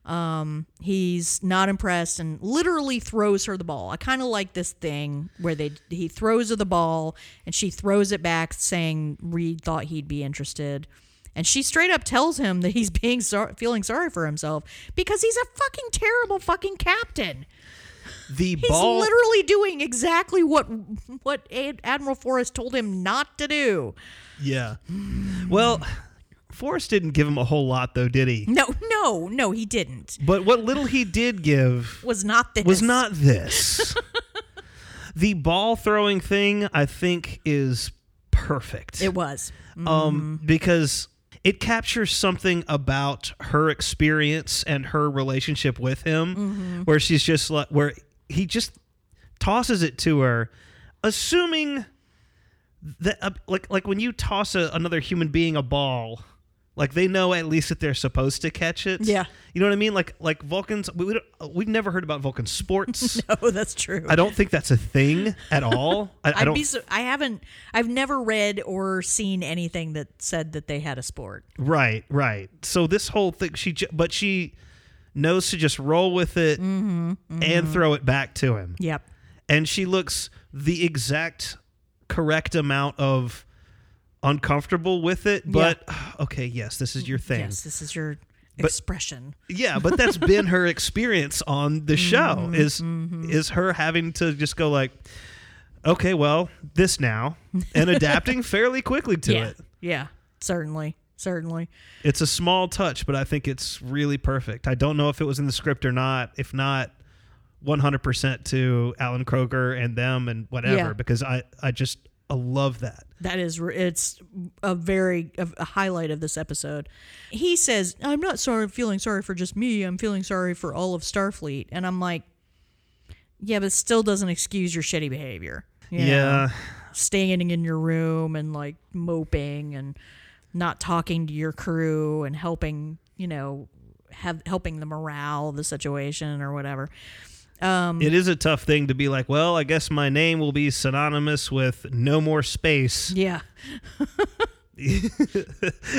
Um, he's not impressed and literally throws her the ball. I kind of like this thing where they he throws her the ball and she throws it back, saying Reed thought he'd be interested. And she straight up tells him that he's [LAUGHS] being sor- feeling sorry for himself because he's a fucking terrible fucking captain.
The
He's
ball
literally doing exactly what what Ad- Admiral Forrest told him not to do.
Yeah. Well, Forrest didn't give him a whole lot though, did he?
No, no, no, he didn't.
But what little he did give
Was not this.
was not this. the ball throwing thing I think is perfect.
It was. [LAUGHS]
um
Mm-hmm.
because it captures something about her experience and her relationship with him
Mm-hmm.
where she's just like where he just tosses it to her assuming that uh, like like when you toss a, another human being a ball like they know at least that they're supposed to catch it
Yeah.
you know what i mean like like vulcans we, we don't, uh, we've never heard about
[LAUGHS]
vulcan sports
Oh, that's true.
i don't think that's a thing at all i, I
I'd
don't
Be so, I haven't. I've never read or seen anything that said that they had a sport.
Right, right. So this whole thing, she ju- but she knows to just roll with it
Mm-hmm,
and throw it back to him,
Yep.
and she looks the exact correct amount of uncomfortable with it. But [SIGHS] okay, yes, this is your thing.
Yes, this is your expression.
Yeah, but that's been her experience on the show
Mm-hmm,
is is her having to just go like, okay, well, this now,
[LAUGHS]
and adapting fairly quickly to
yeah.
it.
Yeah. Certainly. Certainly.
It's a small touch, but I think it's really perfect. I don't know if it was in the script or not. If not, 100% to Alan Kroger and them and whatever,
Yeah.
because I, I just I love that.
That is, re- it's a very a, a highlight of this episode. He says, "I'm not sorry, feeling sorry for just me. I'm feeling sorry for all of Starfleet." And I'm like, "Yeah, but it still doesn't excuse your shitty behavior. you know?
Yeah.
standing in your room and like moping and not talking to your crew and helping, you know, have helping the morale of the situation or whatever."
It is a tough thing to be like, well, I guess my name will be synonymous with no more space.
Yeah,
And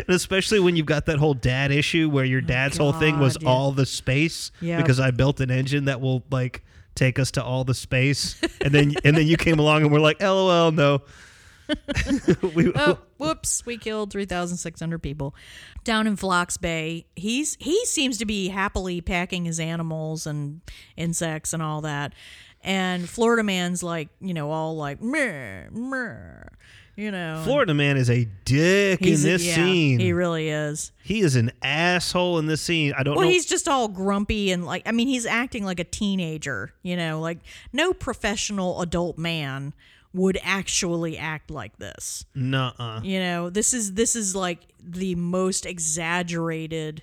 especially when you've got that whole dad issue where your dad's whole thing was
Oh God, yeah.
all the space
Yeah.
because I built an engine that will like take us to all the space. and then and then you came along and we're like, LOL, no. [LAUGHS] we,
oh, whoops, we killed 3,600 people. Down in Phlox Bay, he's he seems to be happily packing his animals and insects and all that. And Florida man's like, you know, all like, meh, meh, you know. and
Florida man is a dick in
he's-
this
yeah,
scene.
He
He,
really is.
is an asshole in this scene. I don't
Well,
know.
he's just all grumpy and like, I mean, he's acting like a teenager, you know, like no professional adult man would actually act like this.
Nuh-uh.
you know this is this is like the most exaggerated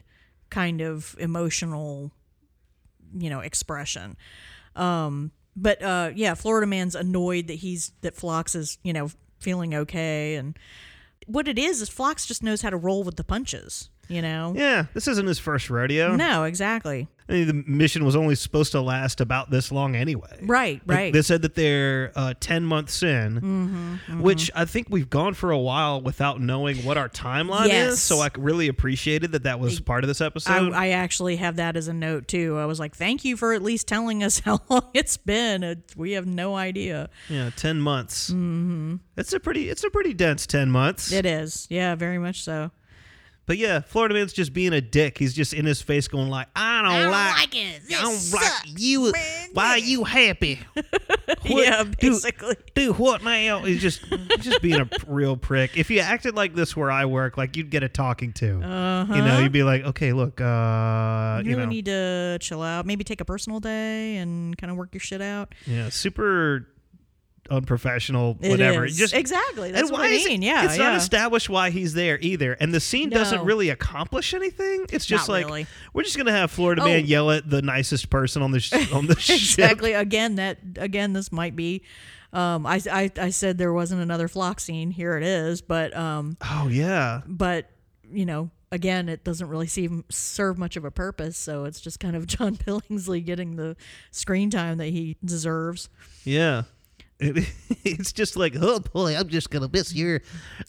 kind of emotional you know expression um but uh yeah florida man's annoyed that he's that flox is you know feeling okay and what it is is flox just knows how to roll with the punches you know
Yeah, this isn't his first rodeo.
no exactly
I mean, the mission was only supposed to last about this long anyway.
right
Like,
right Mm-hmm,
They said that they're uh, 10 months in, which I think we've gone for a while without knowing what our timeline
Yes.
is. So I really appreciated that that was part of this
I,
episode.
I actually have that as a note too. I was like, "Thank you for at least telling us [LAUGHS] how long it's been. It, we have no idea."
yeah, 10 months. Mm-hmm. It's a pretty it's a pretty dense 10 months.
It is, yeah, very much so.
But yeah, Florida man's just being a dick. He's just in his face going like, I don't, like, it. I don't like you. Why are you
[LAUGHS]
happy? What-
yeah,
do-
basically.
Do what now? He's just he's just being a [LAUGHS] p- real prick. If you acted like this where I work, like you'd get a talking to. You
Uh-huh.
know, you'd be like, okay, look, uh,
you
you,
really
know,
need to chill out. Maybe take a personal day and kind of work your shit out.
yeah, super unprofessional,
It
whatever.
is.
Just
exactly. That's
and
what
why
I
is it-
mean. yeah,
it's
yeah.
not established why he's there either, and the scene doesn't
No.
really accomplish anything. It's just
Not
like
really.
we're just gonna have Florida
Oh.
man yell at the nicest person on the sh-
[LAUGHS]
on the ship.
exactly. Again, that again, this might be. Um, I, I I said there wasn't another flock scene. Here it is, but um,
Oh yeah,
but you know, again, it doesn't really seem serve much of a purpose. So it's just [LAUGHS] kind of John Billingsley getting the screen time that he deserves.
yeah. [LAUGHS] It, it's just like, oh boy, I'm just gonna miss your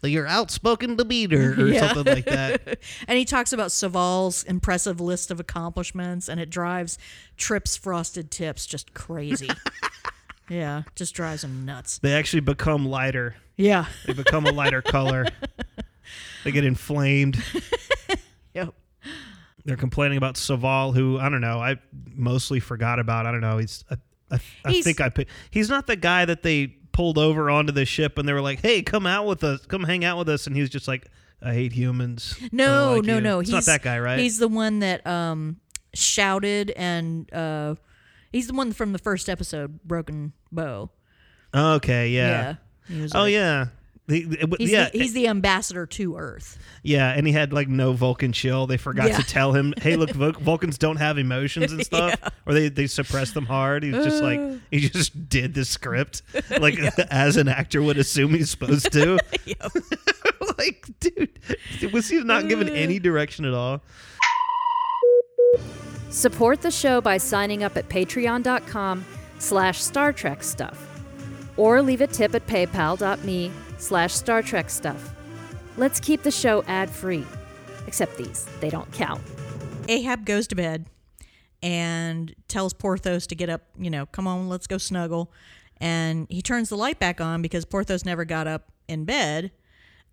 your outspoken demeanor
[LAUGHS]
or something like that.
And he talks about Saval's impressive list of accomplishments, and it drives Tripp's frosted tips just crazy. yeah, just drives him nuts.
They actually become lighter.
Yeah.
They become a
[LAUGHS]
lighter color. They get inflamed.
Yep.
They're complaining about Saval, who I don't know. I mostly forgot about. I don't know. He's I, I, I
He's-
think I pick, he's not the guy that they pulled over onto the ship and they were like, "Hey, come out with us, come hang out with us," and he was just like, "I hate humans." I don't
No,
like
no,
you."
no.
It's
he's
not that guy, right?
He's the one that um shouted and uh he's the one from the first episode, Broken Bow.
okay, yeah.
He was
Oh
like-
yeah. The- the- w-
He's,
yeah,
the, he's the ambassador to Earth.
yeah, and he had like no Vulcan chill. They forgot
Yeah.
to tell him, "Hey,
[LAUGHS]
look, Vul- Vulcans don't have emotions and stuff," or they they suppress them hard. He was just like he
[SIGHS]
just did
[LAUGHS]
the script, like [LAUGHS] as an actor would assume he's supposed to. [LAUGHS] like, dude, was he not given
Uh.
any direction at all?
Support the show by signing up at patreon.com slash Star Trek stuff or leave a tip at paypal.me slash Star Trek stuff. Let's keep the show ad free. Except these, they don't count.
Ahab goes to bed and tells Porthos to get up, you know, come on, let's go snuggle. And he turns the light back on because Porthos never got up in bed.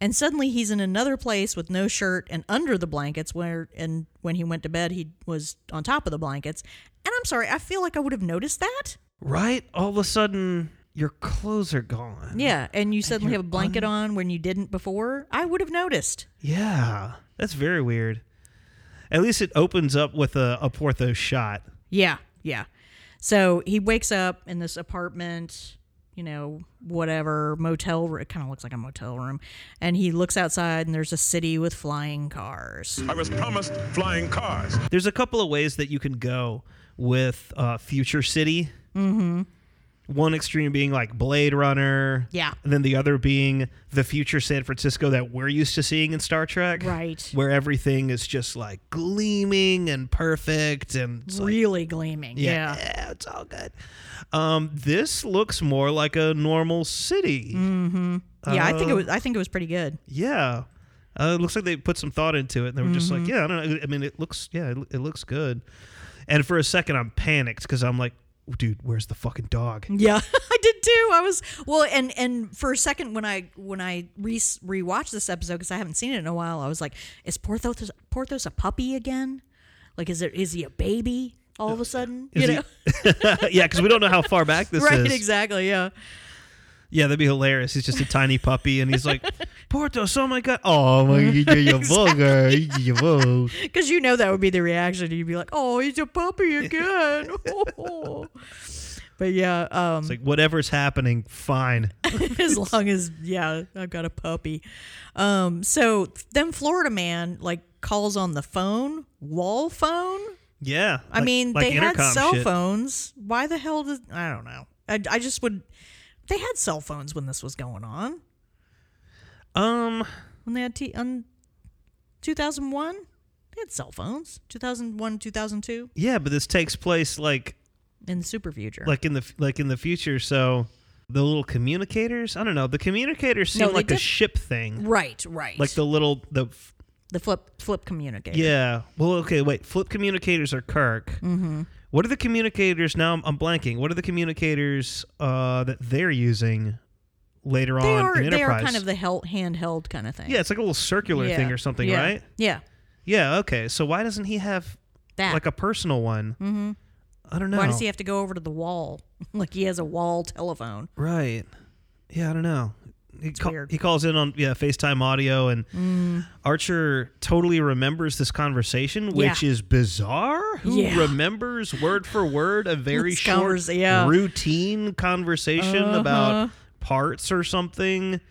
And suddenly he's in another place with no shirt and under the blankets where and when he went to bed he was on top of the blankets. And I'm sorry, I feel like I would have noticed that.
Right? All of a sudden, your clothes are gone.
Yeah, and you suddenly have a blanket on when you didn't before. I would have noticed.
Yeah, that's very weird. At least it opens up with a, a Porthos shot.
Yeah, yeah. So he wakes up in this apartment, you know, whatever motel. r- It kind of looks like a motel room, and he looks outside, and there's a city with flying cars.
I was promised flying cars.
There's a couple of ways that you can go with uh, Future City. Mm-hmm. One extreme being like Blade Runner.
Yeah.
And then the other being the future San Francisco that we're used to seeing in Star Trek.
Right.
Where everything is just like gleaming and perfect and it's like,
really gleaming. Yeah.
yeah, yeah, it's all good. Um, this looks more like a normal city.
Yeah, I think it was. I think it was pretty good.
Uh, Yeah. Uh, it looks like they put some thought into it and they were just
Mm-hmm.
like, yeah, I don't know. I mean, it looks, yeah, it, it looks good. And for a second, I'm panicked because I'm like, dude, where's the fucking
[LAUGHS]
dog? [LAUGHS]
Yeah, I did too. I was well, and and for a second when I when I re rewatched this episode because I haven't seen it in a while, I was like, is Porthos Porthos a puppy again? Like, is there is he a baby all of a sudden?
Is
you
he-
know,
yeah, because we don't know how far back
[LAUGHS]
this
right?
is.
Exactly. Yeah.
Yeah, that'd be hilarious. He's just a tiny puppy and
[LAUGHS]
he's like, Portos, oh my God. Oh, my God, you're vulgar. You're vulgar.
Because you know that would be the reaction. You'd be like, "Oh, he's a puppy [LAUGHS] again." but yeah, um,
It's like, whatever's happening, fine.
[LAUGHS] as long as yeah, I've got a puppy. Um, so then Florida man like calls on the phone, wall phone.
Yeah.
I mean, they had
intercom
cell
shit.
phones. Why the hell did I don't know? I, I just would. They had cell phones when this was going on.
Um,
When they had t on two thousand one, they had cell phones. Two thousand one, two thousand two,
yeah, but this takes place like
in the super future.
like in the like in the future. So the little communicators, I don't know. The communicators seem
No, they
like a
def-
ship thing,
right, right.
like the little the f-
the flip flip communicator.
yeah. Well, okay, wait. Flip communicators are Kirk. Mm-hmm. What are the communicators now? I'm, I'm blanking. What are the communicators uh, that they're using later
They
on
are
in
they
Enterprise?
are kind of the held, handheld kind of thing.
yeah, it's like a little circular
Yeah.
thing or something,
Yeah.
right?
Yeah,
Yeah. Okay. So why doesn't he have
that.
like a personal one? Mm-hmm. I don't know.
Why does he have to go over to the wall? [LAUGHS] like he has a wall telephone.
Right. Yeah, I don't know. He, ca-
weird. Mm.
he calls in on yeah FaceTime audio, and Archer totally remembers this conversation, which is bizarre. Who
Yeah.
remembers word for word a very
This
short
converse- yeah. Uh-huh.
routine conversation about parts or something?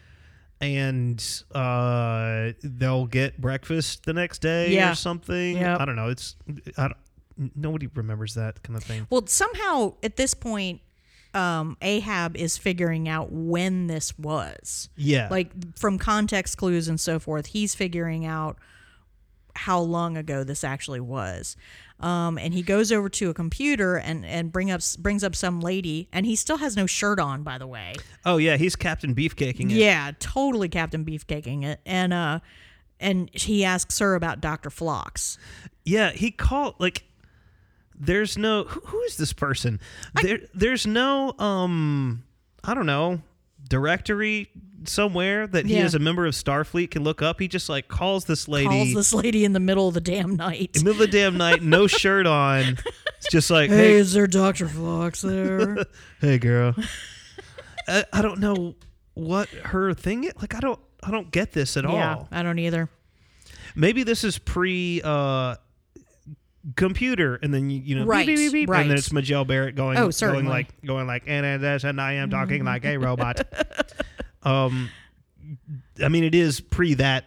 And uh, they'll get breakfast the next day
Yeah.
or something.
Yep.
I don't know. It's I don't, nobody remembers that kind of thing.
Well, somehow at this point, um, Ahab is figuring out when this was.
Yeah,
Like from context clues and so forth, he's figuring out how long ago this actually was. Um, and he goes over to a computer and and bring up brings up some lady, and he still has no shirt on, by the way.
Oh yeah, he's Captain Beefcaking. It.
Yeah, totally Captain Beefcaking it, and uh, and he asks her about Doctor Flox.
Yeah, he called like there's no who, who is this person? there there's no um I don't know directory somewhere that he
Yeah.
as a member of Starfleet can look up. He just like calls this lady
Calls this lady in the middle of the damn night.
middle of the damn night,
[LAUGHS]
no shirt on. It's just like
Hey,
hey
is there Doctor Flox
[LAUGHS]
there?
hey girl. I, I don't know what her thing is. like I don't I don't get this at
yeah,
all.
I don't either.
Maybe this is pre uh computer and then you, you know beep,
Right,
beep, beep, beep, and
right.
then it's Majel Barrett going
Oh,
going
certainly. Mm-hmm.
like going like and, and, that's- and I am talking like a robot.
[LAUGHS]
um I mean it is pre that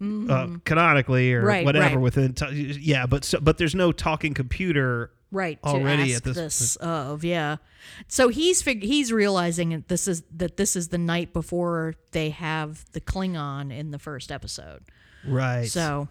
uh, canonically or
Mm-hmm. Right,
whatever
right.
within t- yeah but so, but there's no talking computer
right to
already
ask
at this
of yeah so he's fig- he's realizing that this is that this is the night before they have the klingon in the first episode
right
so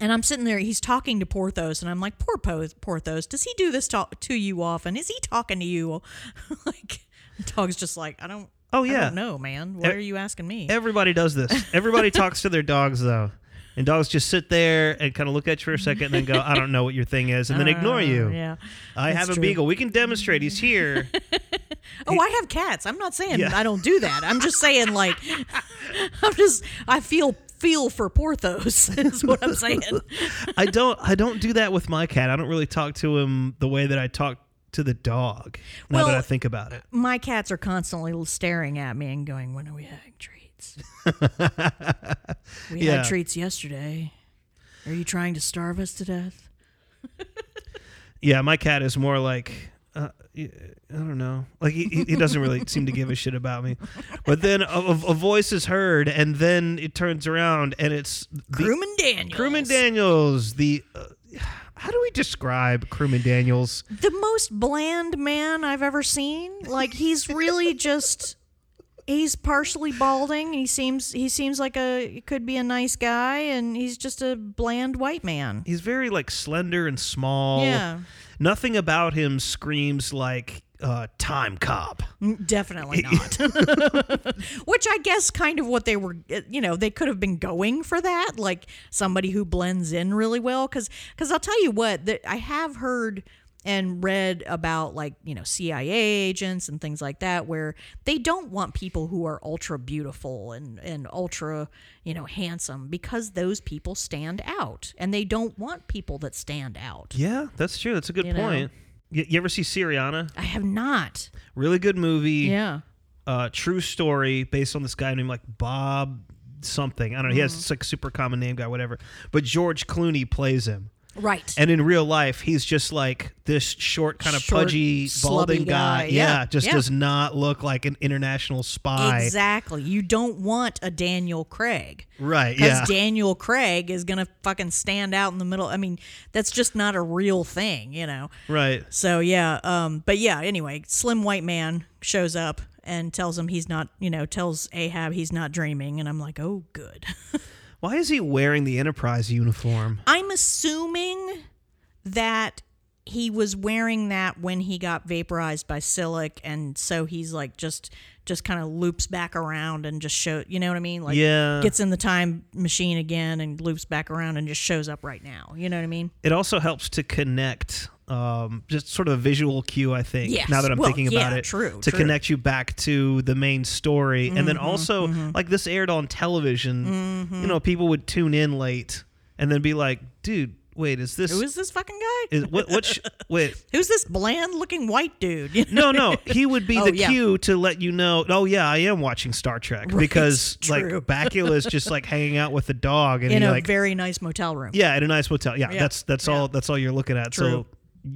and i'm sitting there he's talking to porthos and i'm like poor po- porthos does he do this to, to you often is he talking to you [LAUGHS] like the dog's just like i don't
Oh,
I
yeah.
don't know, man. Why
E-
are you asking me?
Everybody does this.
[LAUGHS]
Everybody talks to their dogs though. And dogs just sit there and kind of look at you for a second and then go, I don't know what your thing is, and then ignore you.
Uh, yeah.
I have a
true.
beagle. We can demonstrate he's here.
Oh, I have cats. I'm not saying
Yeah.
I don't do that. I'm just saying like [LAUGHS] I'm just I feel feel for Porthos [LAUGHS] is what I'm saying.
[LAUGHS] I don't I don't do that with my cat. I don't really talk to him the way that I talk to the dog. Now that
Well-
I think about it.
My cats are constantly staring at me and going, "When are we having treats?" we
Yeah.
had treats yesterday. Are you trying to starve us to death?
Yeah, my cat is more like uh, I don't know. Like he, he he doesn't really seem to give a shit about me. But then a, a a voice is heard, and then it turns around, and it's the
Crewman Daniels.
Crewman Daniels, the uh, how do we describe Crewman Daniels?
the most bland man I've ever seen. Like he's really just he's partially balding. He seems he seems like a he could be a nice guy and he's just a bland white man.
He's very like slender and small.
Yeah.
Nothing about him screams like uh, time cop.
Definitely not. [LAUGHS] Which I guess kind of what they were eh, you know, they could have been going for that, like somebody who blends in really well cuz cuz I'll tell you what, that I have heard and read about like, you know, CIA agents and things like that where they don't want people who are ultra beautiful and and ultra, you know, handsome because those people stand out and they don't want people that stand out.
Yeah, that's true. That's a good
You know.
point. You, you ever see Syriana?
I have not.
Really good movie.
Yeah.
Uh, true story based on this guy named like Bob something. I don't know. He has this, like super common name guy, whatever. But George Clooney plays him.
Right.
And in real life, he's just like this short, kind of
Short,
pudgy,
slubby
balding guy.
guy.
Yeah,
Yeah.
just
Yeah.
does not look like an international spy.
Exactly. You don't want a Daniel Craig.
Right.
Because
Yeah.
Daniel Craig is going to fucking stand out in the middle. I mean, that's just not a real thing, you know?
right.
So, yeah. Um, but yeah, anyway, Slim White Man shows up and tells him he's not, you know, tells Ahab he's not dreaming. And I'm like, oh, good. [LAUGHS]
Why is he wearing the Enterprise uniform?
I'm assuming that he was wearing that when he got vaporized by Silic and so he's like just just kind of loops back around and just show you know what I mean? Like
Yeah.
gets in the time machine again and loops back around and just shows up right now. You know what I mean?
It also helps to connect, um, just sort of a visual cue. I think.
Yes.
Now that I'm
Well,
thinking about
yeah,
it,
true, true.
to
Mm-hmm,
connect you back to the main story, and then also like this aired on television. You know, people would tune in late and then be like, "Dude, wait, is this?"
Who is this fucking guy?
[LAUGHS] is,
[LAUGHS]
what, what sh- wait,
Who's this bland looking white dude? [LAUGHS] You know?
No, no, he would be
Oh,
the
yeah.
cue to let you know. Oh yeah, I am watching Star Trek because like
true.
Bakula is just like hanging out with the dog and
In
he
a
like
very nice motel room.
yeah in a nice motel. Yeah,
Yeah,
that's that's all that's all you're looking at. So
True.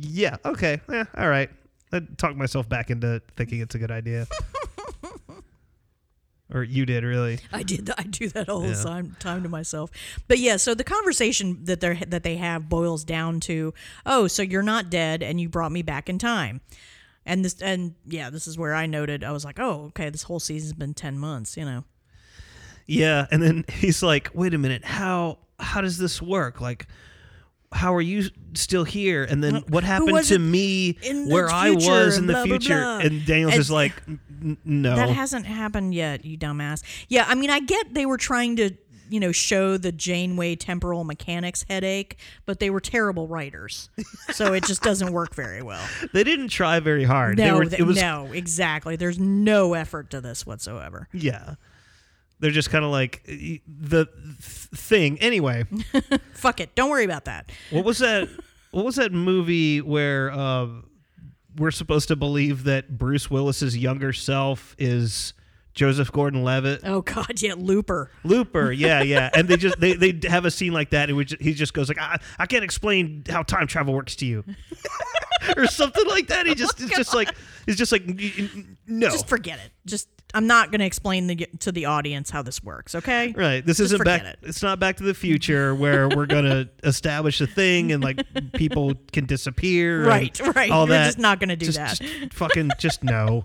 yeah, okay, eh, all right. I talked myself back into thinking it's a good
[LAUGHS]
idea. or you did really.
I did. That, I do that all the time, time to myself. But yeah, so the conversation that they that they have boils down to, oh, so you're not dead, and you brought me back in time. And this and yeah, this is where I noted. I was like, oh, okay, this whole season's been ten months, you know.
Yeah, and then he's like, "Wait a minute, how?" how does this work? Like, how are you still here? And then what happened
was
to
it
me
in the
where I
future?
was in the
Blah, blah,
future?
blah.
And Daniel's
And-
just like, "N- no.
That hasn't happened yet, you dumbass. Yeah, I mean, I get they were trying to, you know, show the Janeway temporal mechanics headache, but they were terrible writers, so it just doesn't work very well.
they didn't try very hard. they
No,
were,
th-
it was,
no, exactly. There's no effort to this whatsoever.
yeah. They're just kind of like y- the th- thing. Anyway,
[LAUGHS] Fuck it, don't worry about that.
what was that? What was that movie where uh, we're supposed to believe that Bruce Willis's younger self is Joseph Gordon-Levitt?
Oh God, yeah, Looper.
Looper,
[LAUGHS]
yeah, yeah, and they just they, they have a scene like that, in which he just goes like, I, I can't explain how time travel works to you, [LAUGHS] or something like
[LAUGHS]
that. He just it's just like it's just like "N- n- no,
Oh Just forget it. Just I'm not going to explain the, to the audience how this works. Okay?
right? This
Just
isn't
forget
back.
It.
It's not Back to the Future where
[LAUGHS]
we're gonna establish a thing and like people can disappear, and
Right, right.
All
We're
that.
just not gonna do
Just-
that.
just fucking
[LAUGHS]
just no.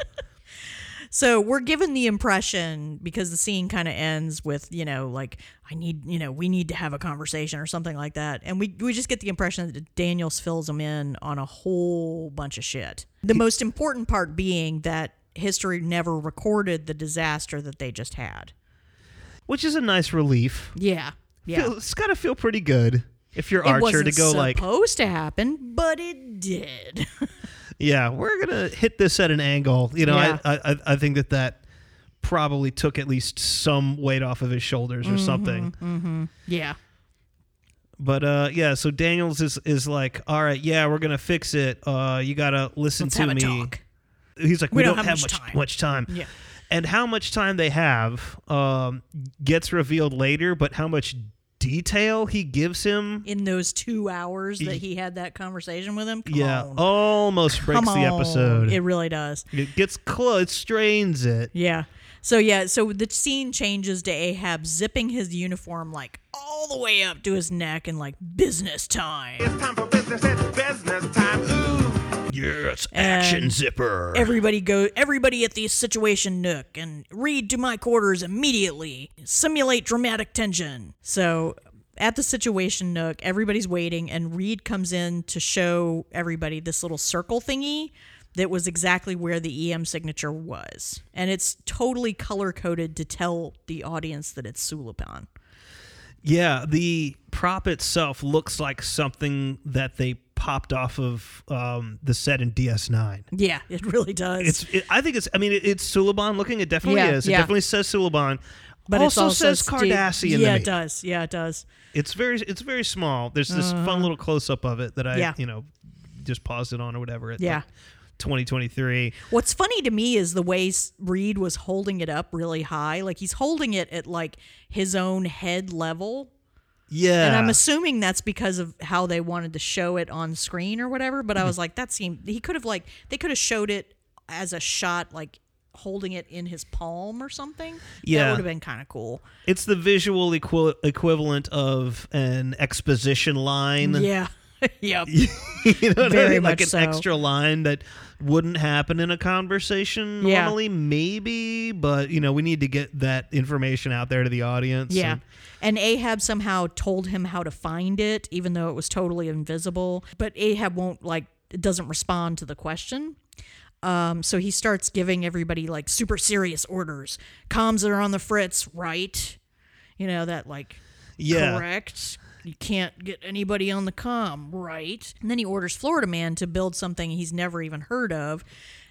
So we're given the impression because the scene kind of ends with you know like I need you know we need to have a conversation or something like that, and we we just get the impression that Daniels fills them in on a whole bunch of shit. The most important part being that history never recorded the disaster that they just had.
Which is a nice relief.
Yeah, yeah.
Feel- it's gotta feel pretty good if you're
it
Archer
wasn't
to go like,
supposed to happen, but it
[LAUGHS]
did.
yeah, we're gonna hit this at an angle. You know,
Yeah.
I, I I- I think that that probably took at least some weight off of his shoulders
Mm-hmm,
or something.
yeah.
But uh, yeah, so Daniels is is like, all right, yeah, we're gonna fix it. Uh, you gotta listen
Let's
to
have a
me.
talk.
He's like, we, don't, have, much,
time."
much time.
Yeah.
And how much time they have um, gets revealed later, but how much detail he gives him,
In those two hours that he had that conversation with him, Come
yeah,
on.
almost breaks
Come
the
on.
episode.
It
It,
really does.
gets close, it strains it.
Yeah. So yeah, so the scene changes to Ahab zipping his uniform like all the way up to his neck and like business time.
Time for business, it's business time.
Yes, action
And
zipper.
Everybody go everybody at the situation nook and read to my quarters immediately. Simulate dramatic tension. So at the situation nook, everybody's waiting and Reed comes in to show everybody this little circle thingy that was exactly where the EM signature was. And it's totally color coded to tell the audience that it's Sulipan.
Yeah, the prop itself looks like something that they popped off of um, the set in DS9.
Yeah, it really does.
It's. It, I think it's. I mean, it, it's Suliban looking. It definitely
Yeah,
is. It
yeah.
definitely says Suliban.
but it's
also, says
Steve-
Cardassian
Yeah,
to
it
me.
does. Yeah, it does.
It's very. It's very small. There's this fun little close up of it that I,
Uh-huh. Yeah.
you know, just paused it on or whatever. At
Yeah.
like 2023.
What's funny to me is the way S- Reed was holding it up really high. Like he's holding it at like his own head level.
Yeah.
And I'm assuming that's because of how they wanted to show it on screen or whatever, but I was like that seemed he could have like they could have showed it as a shot like holding it in his palm or something. That
Yeah.
would have been kind of cool.
it's the visual equi- equivalent of an exposition line. [LAUGHS]
Yeah. [LAUGHS] yep.
you know what I
Very
mean? like
much
an
so.
extra line that wouldn't happen in a conversation
Yeah.
normally, maybe. But you know, we need to get that information out there to the audience.
Yeah.
and-
And Ahab somehow told him how to find it, even though it was totally invisible. But Ahab won't, like, doesn't respond to the question. Um, so he starts giving everybody, like, super serious orders. Comms that are on the fritz, right? You know, that, like,
yeah.
correct. You can't get anybody on the com, right? And then he orders Florida Man to build something he's never even heard of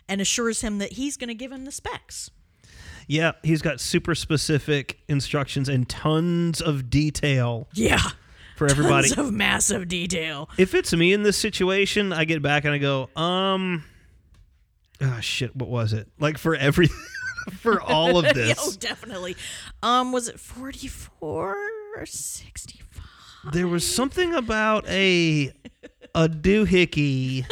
and assures him that he's going to give him the specs.
Yeah, he's got super specific instructions and tons of detail
Yeah.
for everybody.
Tons of massive detail.
if it's me in this situation, I get back and I go, um, ah, shit, what was it? Like for every, [LAUGHS] for all of
Yeah, oh,
this,
definitely. Um, was it forty four or sixty five?
there was something about a a doohickey,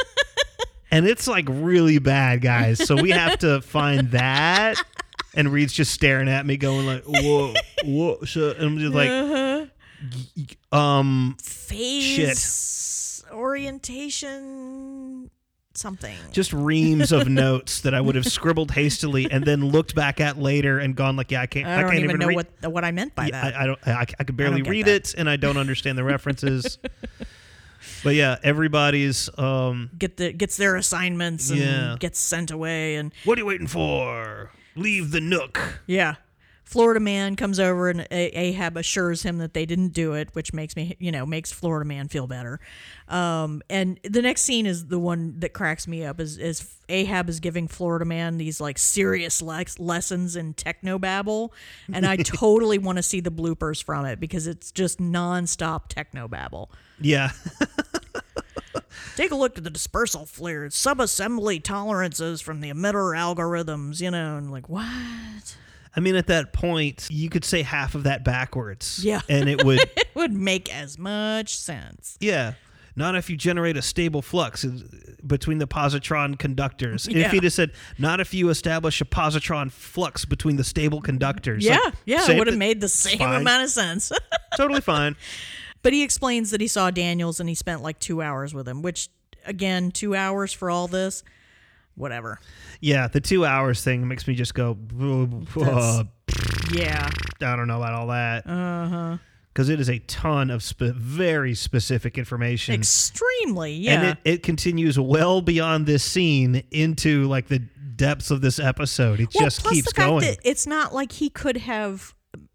and it's like really bad, guys. So we have to find that. And Reed's just staring at me, going like, "Whoa, whoa!" So, and I'm just like, "Y- y- "Um,
Phase orientation something.
just
[LAUGHS]
reams of notes that I would have scribbled hastily and then looked back at later and gone like, yeah, I can't.
I don't
can't
even, know
read.
what what I meant by
Yeah,
that.
I, I don't. I, I could barely
get
read
that.
it, and I don't understand
[LAUGHS]
the references. but yeah, everybody's. Um,
Get the gets their assignments and
Yeah.
gets sent away and
what are you waiting for? Leave the nook.
yeah. Florida man comes over and A- Ahab assures him that they didn't do it, which makes me, you know, makes Florida man feel better. Um, and the next scene is the one that cracks me up is, is Ahab is giving Florida man these like serious lex- lessons in techno babble. And I totally want to see the bloopers from it because it's just nonstop techno babble.
Yeah, [LAUGHS]
Take a look at the dispersal flares, subassembly tolerances from the emitter algorithms, you know, and like, what? [LAUGHS]
I mean, at that point, you could say half of that backwards.
Yeah.
and it would.
It would make as much sense.
yeah. Not if you generate a stable flux uh, between the positron conductors. If
Yeah.
he'd have said, not if you establish a positron flux between the stable conductors.
Yeah,
Like,
yeah,
same
it would have
thi-
made the
it's
same
fine.
amount of sense.
[LAUGHS]
[LAUGHS]
totally fine.
but he explains that he saw Daniels and he spent like two hours with him, which, again, two hours for all this, whatever.
Yeah, the two hours thing makes me just go. "Uh,
Yeah,
I don't know about all that. Uh huh.
Uh-huh.
Because it is a ton of spe- very specific information,
extremely. Yeah,
and it, it continues well beyond this scene into like the depths of this episode. It just
plus
keeps
the fact
going.
that it's not like he could have,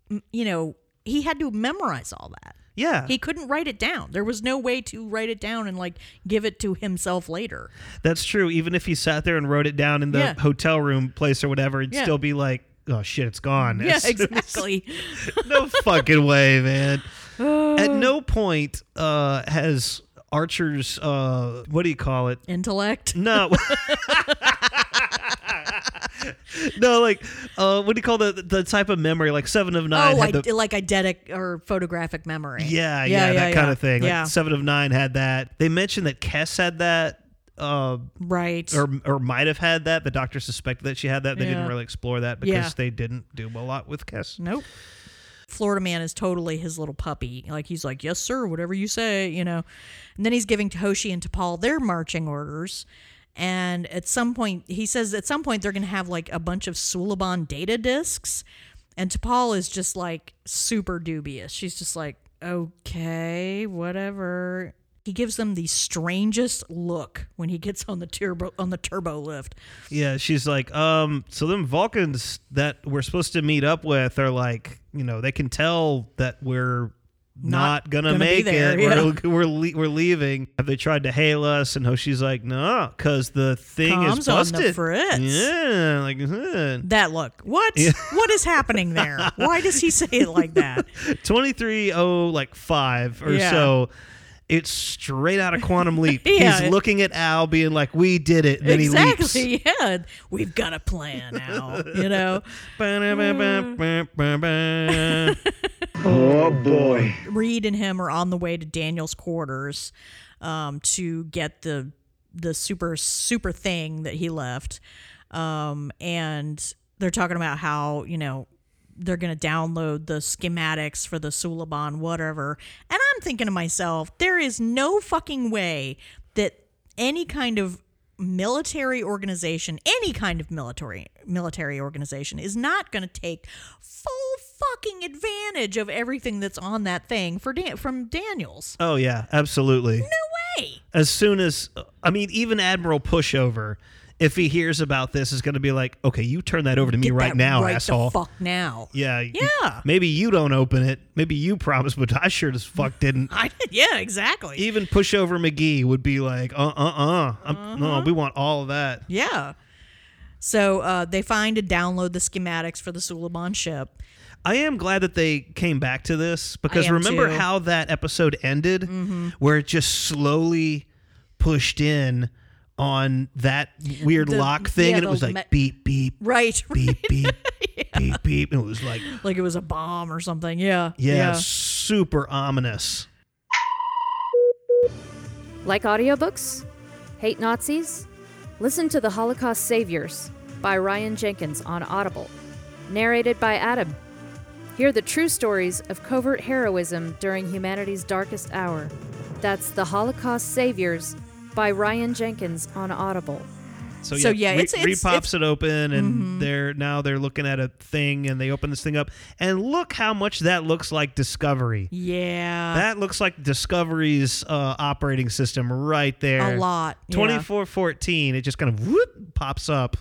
m- you know, he had to memorize all that.
yeah,
He couldn't write it down. There was no way to write it down and like give it to himself
[LAUGHS]
later.
that's true. Even if he sat there and wrote it down in the
Yeah.
hotel room place or whatever, it'd
Yeah.
still be like, oh shit, it's gone. It's- [LAUGHS]
yeah, exactly.
no fucking way, man.
Uh.
At no point uh, has Archer's uh, what do you call it?
Intellect. [LAUGHS]
No. no, like uh, what do you call the the type of memory? Like seven of nine.
Oh,
had
I,
the,
like eidetic or photographic memory.
yeah, yeah, that kind of thing. Like
Yeah,
seven of nine had that. They mentioned that Kess had that. Uh,
right.
or, or might have had that. The doctor suspected that she had that. They didn't
Yeah.
really explore that because
Yeah.
they didn't do a lot with Kess.
nope. Florida man is totally his little puppy. Like he's like, yes sir, whatever you say, you know. And then he's giving Toshi and T'Pol their marching orders. And at some point, he says at some point they're going to have like a bunch of Suliban data disks. And T'Pol is just like super dubious. She's just like, okay, whatever. He gives them the strangest look when he gets on the turbo on the turbo lift.
Yeah, she's like, um, so them Vulcans that we're supposed to meet up with are like, you know, they can tell that we're not,
Not
gonna,
gonna be
make
there,
it. We're [LAUGHS] we're, le- we're leaving. Have they tried to hail us? And Hoshi's like, no, because the thing is
Comms on the
busted.
fritz.
Yeah, like huh.
That look. What? [LAUGHS] What is happening there? Why does he say it like that?
twenty three oh like five or
Yeah.
so. It's straight out
[LAUGHS]
of Quantum Leap.
Yeah.
He's looking at Al, being like, "We did it." [LAUGHS] And then he leaps.
exactly. [LAUGHS] Yeah. We've got a plan now. You know. [LAUGHS]
Oh boy.
Reed and him are on the way to Daniel's quarters um, to get the the super super thing that he left, um, and they're talking about how you know they're going to download the schematics for the Suliban whatever, and I'm thinking to myself, there is no fucking way that any kind of military organization, any kind of military military organization is not going to take full fucking advantage of everything that's on that thing for Dan- from Daniels.
[LAUGHS] Oh yeah, absolutely.
No way.
as soon as I mean, even Admiral Pushover, if he hears about this, is going to be like, "Okay, you turn that over to me
Get
right
that
now,
right
asshole."
The fuck now.
Yeah, y-
Yeah.
Maybe you don't open it. Maybe you promised, but I sure as fuck didn't.
I, yeah, exactly.
Even Pushover McGee would be like, "Uh, uh, uh, I'm, no,
Uh-huh.
we want all of that."
yeah. So uh, they find and download the schematics for the Suliban ship.
I am glad that they came back to this because
am
remember
too. Mm-hmm.
how that episode ended, where it just slowly pushed in on that weird
The-
lock thing,
yeah,
and it
the
was like
me-
beep beep
Right. [LAUGHS]
beep beep beep beep and it was like
like it was a bomb or something. Yeah.
yeah, super ominous
Like audiobooks? Hate Nazis? Listen to The Holocaust Saviors by Ryan Jenkins on Audible, narrated by Adam. Hear the true stories of covert heroism during humanity's darkest hour. That's The Holocaust Saviors by Ryan Jenkins on Audible.
So,
So, yeah,
Re-
it's- it's- Mm-hmm.
Reed
it's-
pops it open, and they're now they're looking at a thing, and they open this thing up, and look how much that looks like Discovery.
Yeah.
That looks like Discovery's uh, operating system right there.
A lot, yeah.
Twenty four fourteen. It just kind of whoop pops up,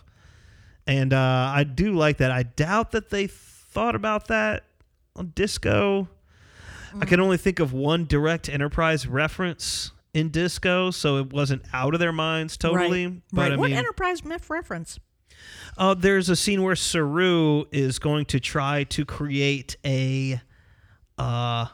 and uh, I do like that. I doubt that they thought about that on Disco. I can only think of one direct Enterprise reference in Disco, so it wasn't out of their minds totally.
Right.
But
right.
I
what
mean,
Enterprise myth reference?
uh, there's a scene where Saru is going to try to create a uh,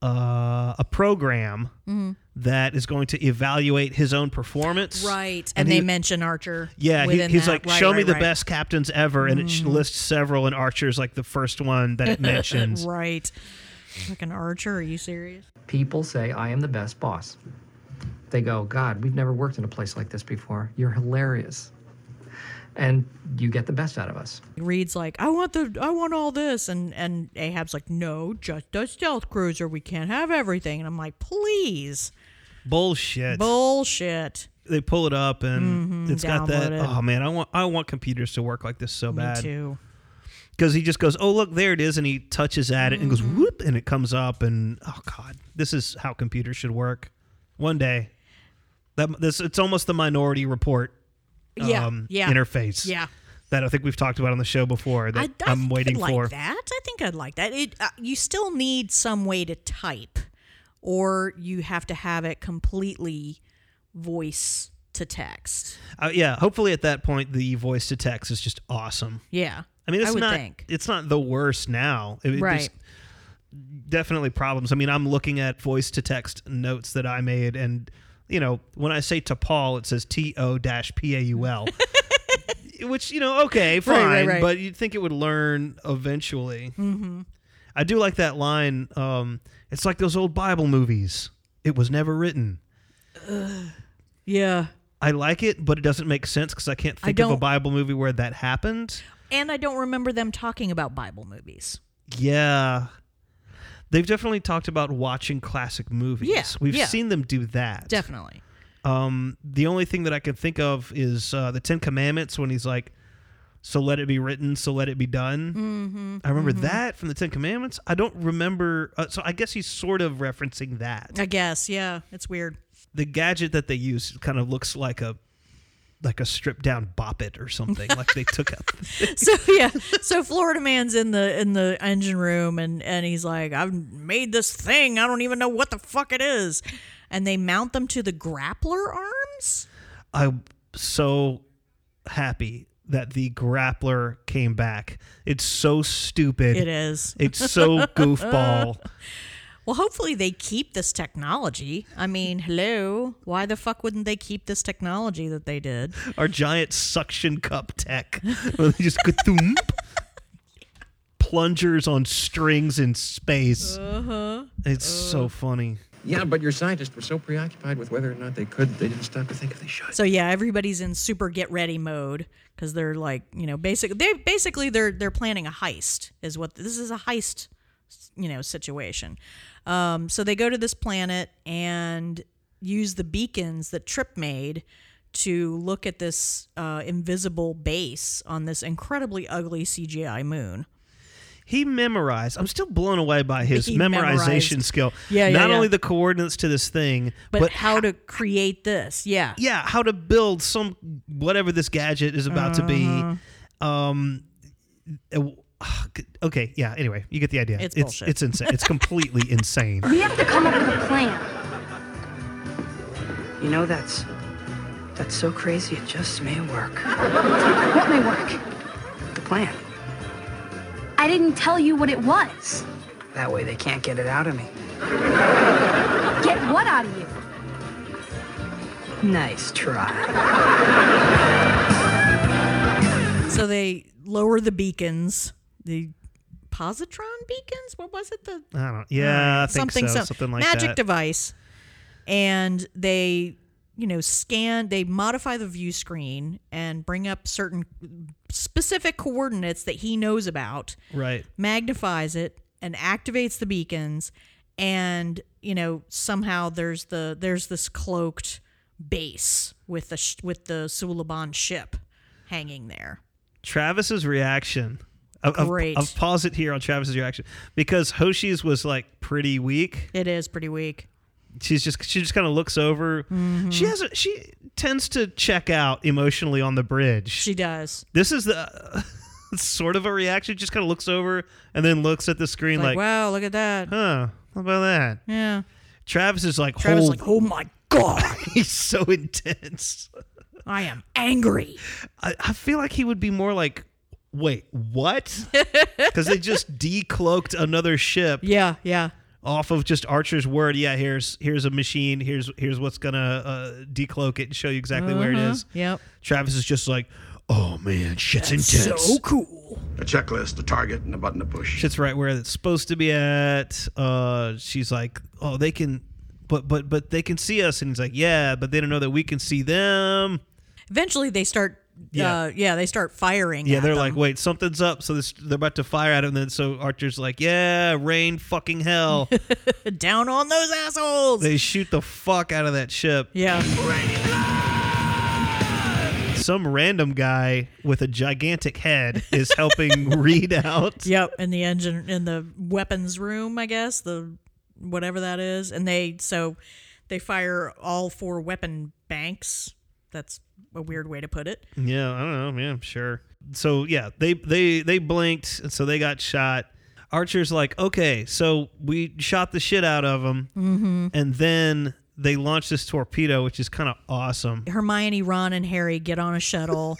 uh, a program
Mm-hmm.
that is going to evaluate his own performance.
Right. And,
And
they
he-
mention Archer.
Yeah, he,
within
he's
that.
like,
Right,
show me
right, Mm.
the
right.
best captains ever, and it sh- lists several, and Archer's like the first
[LAUGHS]
one that it mentions.
Right. Like an Archer. Are you serious?
People say I am the best boss. They go, God, we've never worked in a place like this before. You're hilarious. And you get the best out of us.
Reed's like, I want the, I want all this, and and Ahab's like, no, just a stealth cruiser. We can't have everything. And I'm like, please,
Bullshit.
bullshit.
they pull it up, and
Mm-hmm.
it's got that.
download it.
Oh man, I want I want computers to work like this so bad.
Me too.
because he just goes, "Oh look, there it is," and he touches at it and goes
Mm-hmm.
whoop, and it comes up, and oh god, this is how computers should work. One day, that this it's almost the Minority Report, um,
Yeah, yeah.
interface,
Yeah.
that I think we've talked about on the show before that
I, I
am
think
waiting
I'd like
for.
that. I think I'd like that. It, uh, you still need some way to type, or you have to have it completely voice to text.
Uh, yeah, hopefully at that point the voice to text is just awesome.
Yeah,
I mean, it's
would
not
think.
it's not the worst now. It- it
Right.
just- definitely problems. I mean, I'm looking at voice to text notes that I made, and you know, when I say to Paul, it says T O dash P A
[LAUGHS]
U L, which you know, okay, fine,
right, right.
but you'd think it would learn eventually. Mm-hmm. I do like that line. Um, it's like those old Bible movies. It was never written.
Yeah,
I like it, but it doesn't make sense because I can't
I
think of a
don't-
Bible movie where that happened.
and I don't remember them talking about Bible movies.
Yeah. They've definitely talked about watching classic movies.
Yeah,
We've
yeah.
seen them do that.
Definitely.
Um, the only thing that I can think of is uh, the Ten Commandments when he's like, "So let it be written, so let it be done." Mm-hmm, I remember that from the Ten Commandments. I don't remember, uh, so I guess he's sort of referencing that.
I guess. Yeah, it's weird.
The gadget that they use kind of looks like a like a stripped down boppet or something. like they took out.
[LAUGHS] [LAUGHS] so yeah so florida man's in the in the engine room and and he's like i've made this thing i don't even know what the fuck it is and they mount them to the grappler arms
I'm so happy that the grappler came back. It's so stupid.
it is
It's so
[LAUGHS]
goofball.
well hopefully they keep this technology i mean hello why the fuck wouldn't they keep this technology that they did
Our giant suction cup tech. Where they just ka-thump. plungers on strings in space. Uh-huh. It's
Uh.
so funny.
Yeah, but your scientists were so preoccupied with whether or not they could, they didn't stop to think if they should.
so yeah everybody's in super get ready mode because they're like you know basically they basically they're they're planning a heist is what this is a heist you know situation um, so they go to this planet and use the beacons that trip made to look at this uh, invisible base on this incredibly ugly cgi moon
He memorized. I'm still blown away by his
He
memorization
memorized.
skill.
Yeah, yeah,
Not
yeah.
only the coordinates to this thing,
but, how to create this yeah
yeah, how to build some whatever this gadget is about to be.
Mm-hmm.
Um, uh, [SIGHS] okay, yeah. Anyway, you get the idea.
It's
it's,
bullshit.
it's insane. It's
[LAUGHS]
completely insane.
We have to come up with a plan.
You know, that's. That's so crazy, it just may work.
What may work?
The plan.
I didn't tell you what it was.
That way they can't get it out of me.
Get what out of you?
Nice try.
so they lower the beacons the positron beacons what was it the
I don't. Yeah, I think
something
so.
some-
Something like
magic
that.
device and they you know scan they modify the view screen and bring up certain specific coordinates that he knows about
right.
magnifies it and activates the beacons and you know somehow there's the there's this cloaked base with the sh- with the Suliban ship hanging there.
Travis's reaction. I'll, I'll-
Great.
I'll, pause it here on Travis's reaction because Hoshi's was like pretty weak.
It is pretty weak.
She's just she just kind of looks over.
Mhm.
She has a, she tends to check out emotionally on the bridge.
She does.
This is the [LAUGHS] sort of a reaction. Just kind of looks over and then looks at the screen
Like,
like,
wow, look at that.
huh, how about that?
Yeah.
Travis is like,
Travis is
hold.
like, oh my god,
[LAUGHS] he's so intense.
I am angry.
I, I feel like he would be more like, wait,
[LAUGHS]
what? Because they just decloaked another ship.
Yeah, yeah.
Off of just Archer's word. Yeah, here's here's a machine. Here's here's what's gonna uh, decloak it and show you exactly where it
Uh-huh,
is.
Yep.
Travis is just like, oh man, shit's intense.
cool.
A checklist, a target, and a button to push.
Shit's right where it's supposed to be at. Uh, she's like, oh, they can, but but but they can see us, and he's like, yeah, but they don't know that we can see them.
Eventually, they start. Yeah,
Yeah.
uh, yeah they start firing.
Yeah,
at
they're
them.
like, wait, something's up. So this, they're about to fire at him. And then so Archer's like, yeah, rain fucking hell.
[LAUGHS] down on those assholes.
they shoot the fuck out of that ship.
yeah.
Some random guy with a gigantic head is helping read out.
Yep, in the engine in the weapons room, I guess the whatever that is, and they so they fire all four weapon banks. That's a weird way to put it.
Yeah, I don't know. Yeah, sure. So yeah, they they they blinked, and so they got shot. Archer's like, okay, so we shot the shit out of them,
Mhm.
and then they launched this torpedo, which is kind of awesome.
Hermione, Ron, and Harry get on a shuttle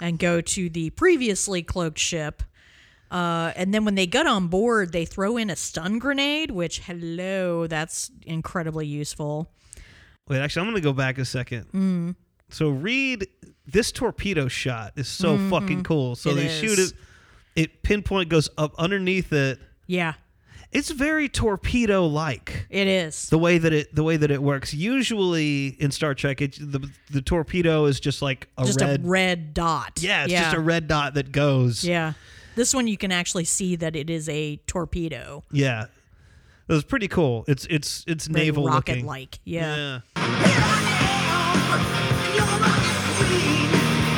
and go to the previously cloaked ship. Uh, and then when they get on board, they throw in a stun grenade, which hello, that's incredibly useful.
Wait, actually, I'm going to go back a second.
Mm.
So Reed, this torpedo shot is so
Mhm.
fucking cool. So
It
they
is.
shoot it. It pinpoint goes up underneath it.
Yeah,
It's very torpedo like
it is.
the way that it the way that it works. Usually in Star Trek, it, the the torpedo is just like a
just
red.
a red dot.
yeah, it's just a red dot that goes.
Yeah. This one you can actually see that it is a torpedo.
yeah. It was pretty cool. It's it's it's
Very
naval looking.
rocket-like. Yeah.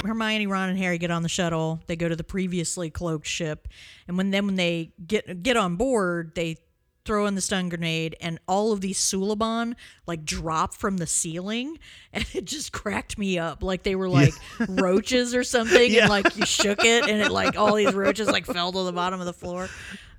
Hermione, Ron, and Harry get on the shuttle. They go to the previously cloaked ship, and when then when they get get on board, they throw in the stun grenade, and all of these Suliban like drop from the ceiling, [LAUGHS] and it just cracked me up. Like they were like roaches or something,
Yeah.
and like you shook it, and it like all these roaches like fell to the bottom of the floor.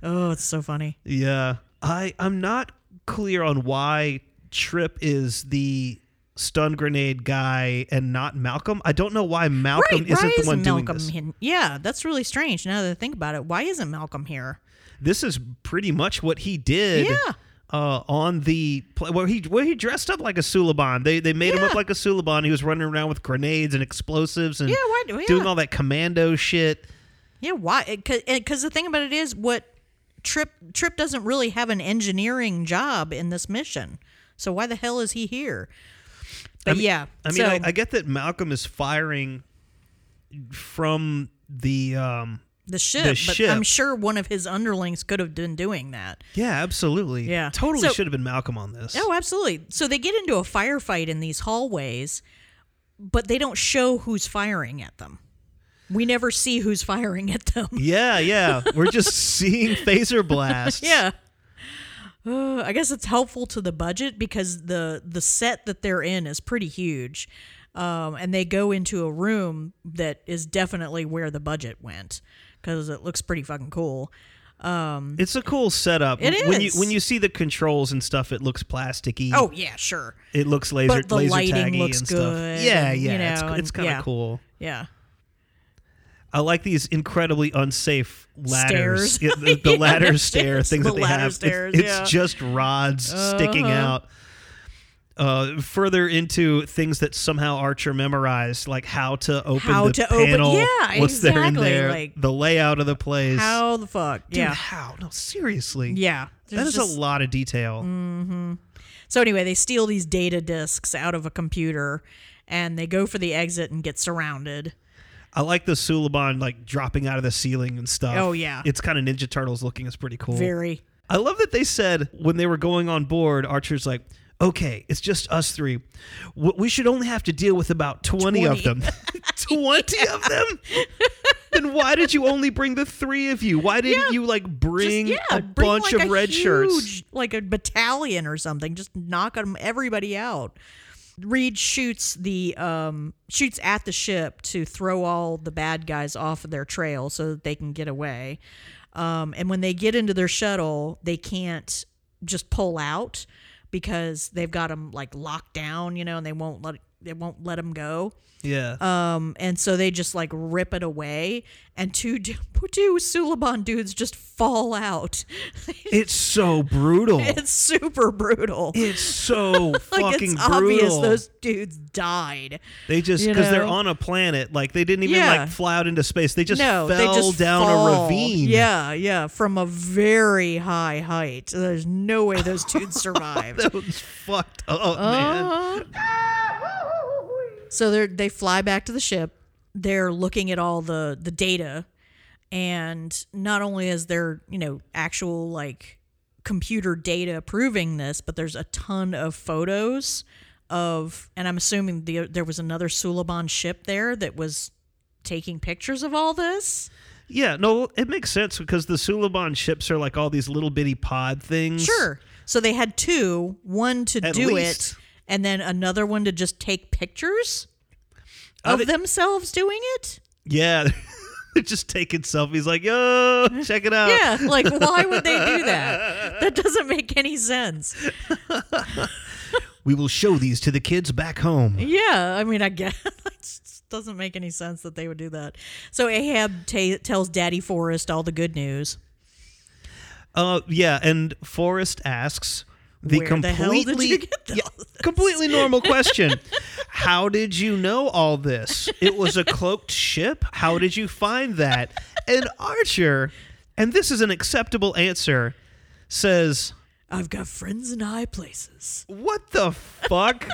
Oh, it's so funny.
Yeah. I I'm not clear on why Trip is the stun grenade guy and not Malcolm. I don't know why Malcolm
right?
isn't
why
the
isn't
one
Malcolm
doing this.
hin- yeah, that's really strange. Now that I think about it, why isn't Malcolm here?
This is pretty much what he did.
Yeah.
Uh, on the pla- where he where he dressed up like a Suliban. They they made him up
Yeah.
like a Suliban. He was running around with grenades and explosives and
Yeah, why do-
doing
yeah.
all that commando shit.
Yeah, why? Because the thing about it is, what Trip Trip doesn't really have an engineering job in this mission, so why the hell is he here? But
I mean,
Uh, yeah,
I mean,
so,
I, I get that Malcolm is firing from the um
the ship.
the
but I'm
ship.
sure one of his underlings could have been doing that.
Yeah, absolutely.
Yeah.
Totally
So-
should have been Malcolm on this.
Oh, absolutely. So they get into a firefight in these hallways, but they don't show who's firing at them. We never see who's firing at them. [LAUGHS]
Yeah, yeah. We're just seeing phaser blasts.
yeah. Uh, [SIGHS] I guess it's helpful to the budget because the the set that they're in is pretty huge, um, and they go into a room that is definitely where the budget went because it looks pretty fucking cool. Um,
It's a cool setup.
It
When you
is.
when you see the controls and stuff, it looks plasticky.
oh yeah, sure.
It looks laser
but the
laser
lighting
taggy
looks
and stuff.
good.
Yeah,
and,
yeah.
you
it's
know,
it's
and-
kind of
yeah.
cool.
Yeah,
I like these incredibly unsafe ladders.
Stairs.
Yeah, the
[LAUGHS]
the
Yeah,
ladder
they're
stair
stairs.
things
The
that they
ladder
have. It's-
stairs,
it's
yeah.
just rods sticking
Uh-huh.
out. Uh, further into things that somehow Archer memorized, like how to open
How
the
to open-
panel,
yeah,
what's there in
exactly,
there,
like-
the layout of the place.
how the fuck?
Dude,
yeah,
how? No, seriously.
yeah.
that
There's
is
just-
a lot of detail.
hmm So anyway, they steal these data disks out of a computer, and they go for the exit and get surrounded.
I like the Suliban like dropping out of the ceiling and stuff.
Oh, yeah.
it's kind of Ninja Turtles looking. It's pretty cool.
Very.
I love that they said when they were going on board, Archer's like, okay, it's just us three. W- We should only have to deal with about 20,
[LAUGHS]
of them. [LAUGHS] 20 of them? then why did you only bring the three of you? Why didn't you like bring
yeah,
a
bring, like,
bunch of
a
red shirts?
huge- like a battalion or something. Just knock 'em- everybody out. Reed shoots the um, shoots at the ship to throw all the bad guys off of their trail so that they can get away. Um, and when they get into their shuttle, they can't just pull out because they've got them like locked down, you know, and they won't let they won't let them go.
Yeah.
Um, and so they just like rip it away, and two du- [LAUGHS] two Suliban dudes just fall out. [LAUGHS]
It's so brutal.
It's super brutal.
It's so
like
fucking
it's obvious
brutal.
those dudes died.
They just
You
because they're
know?
on a planet, like they didn't even
Yeah.
like fly out into space. They just
no,
fell
they just
down
fall.
a ravine.
Yeah, yeah, from a very high height. There's no way those
[LAUGHS]
dudes survived.
[LAUGHS] that was fucked up, man.
Uh-huh. So they they fly back to the ship. They're looking at all the the data, and not only is there you know actual like computer data proving this, but there's a ton of photos of, and I'm assuming the, there was another Suliban ship there that was taking pictures of all this.
Yeah, no, it makes sense because the Suliban ships are like all these little bitty pod things.
Sure. So they had two, one to
Mm. At
do
least.
it, and then another one to just take pictures
I
of
thi-
themselves doing it.
Yeah. [LAUGHS] They're just taking selfies
[LAUGHS]
like, yo, check it out.
Yeah, like why would they do that? That doesn't make any sense.
We will show these to the kids back home.
Yeah, I mean, I guess [LAUGHS] it just doesn't make any sense that they would do that. So Ahab ta tells Daddy Forrest all the good news.
Uh yeah, and Forrest asks the
Where the hell did
completely
you get
[LAUGHS] Yeah, completely normal question.
[LAUGHS]
How did you know all this? It was a cloaked ship. How did you find that? And Archer, and this is an acceptable answer, says,
I've got friends in high places.
What the fuck?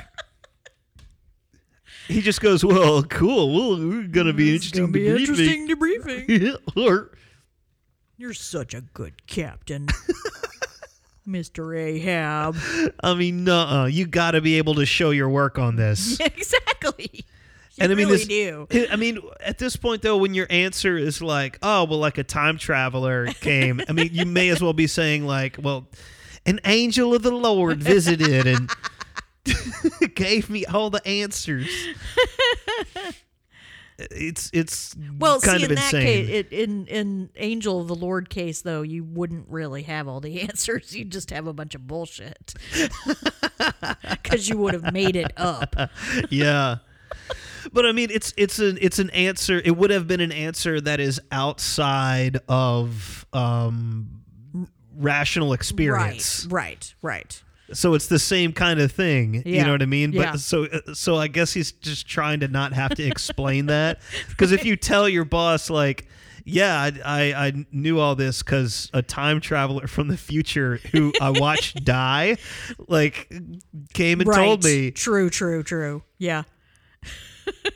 he just goes, "Well, cool. Well, we're gonna be interesting.
It'll be
debriefing."
interesting debriefing.
[LAUGHS] Or-
You're such a good captain, [LAUGHS] Mr. Ahab. [LAUGHS]
I mean, nuh-uh. You got to be able to show your work on this.
exactly. You
and I mean,
really
this,
do.
I mean, at this point though, when your answer is like, "Oh, well, like a time traveler came," I mean, you may as well be saying like, "Well, an angel of the Lord visited and [LAUGHS] gave me all the answers." It's it's
Well,
kind
see,
of
in
insane.
that case, it, in in Angel of the Lord case, though, you wouldn't really have all the [LAUGHS] answers. You just have a bunch of bullshit [LAUGHS] because you would have made it
[LAUGHS]
up.
yeah. But I mean, it's it's an it's an answer. It would have been an answer that is outside of um, rational experience.
Right, right, right.
So it's the same kind of thing. You
Yeah,
know what I mean? But
yeah.
so uh, so I guess he's just trying to not have
[LAUGHS]
to explain that because if you tell your boss like. Yeah, I, I, I knew all this because a time traveler from the future who I
[LAUGHS]
watched die, like, came and
right.
told me.
True, true, true. Yeah.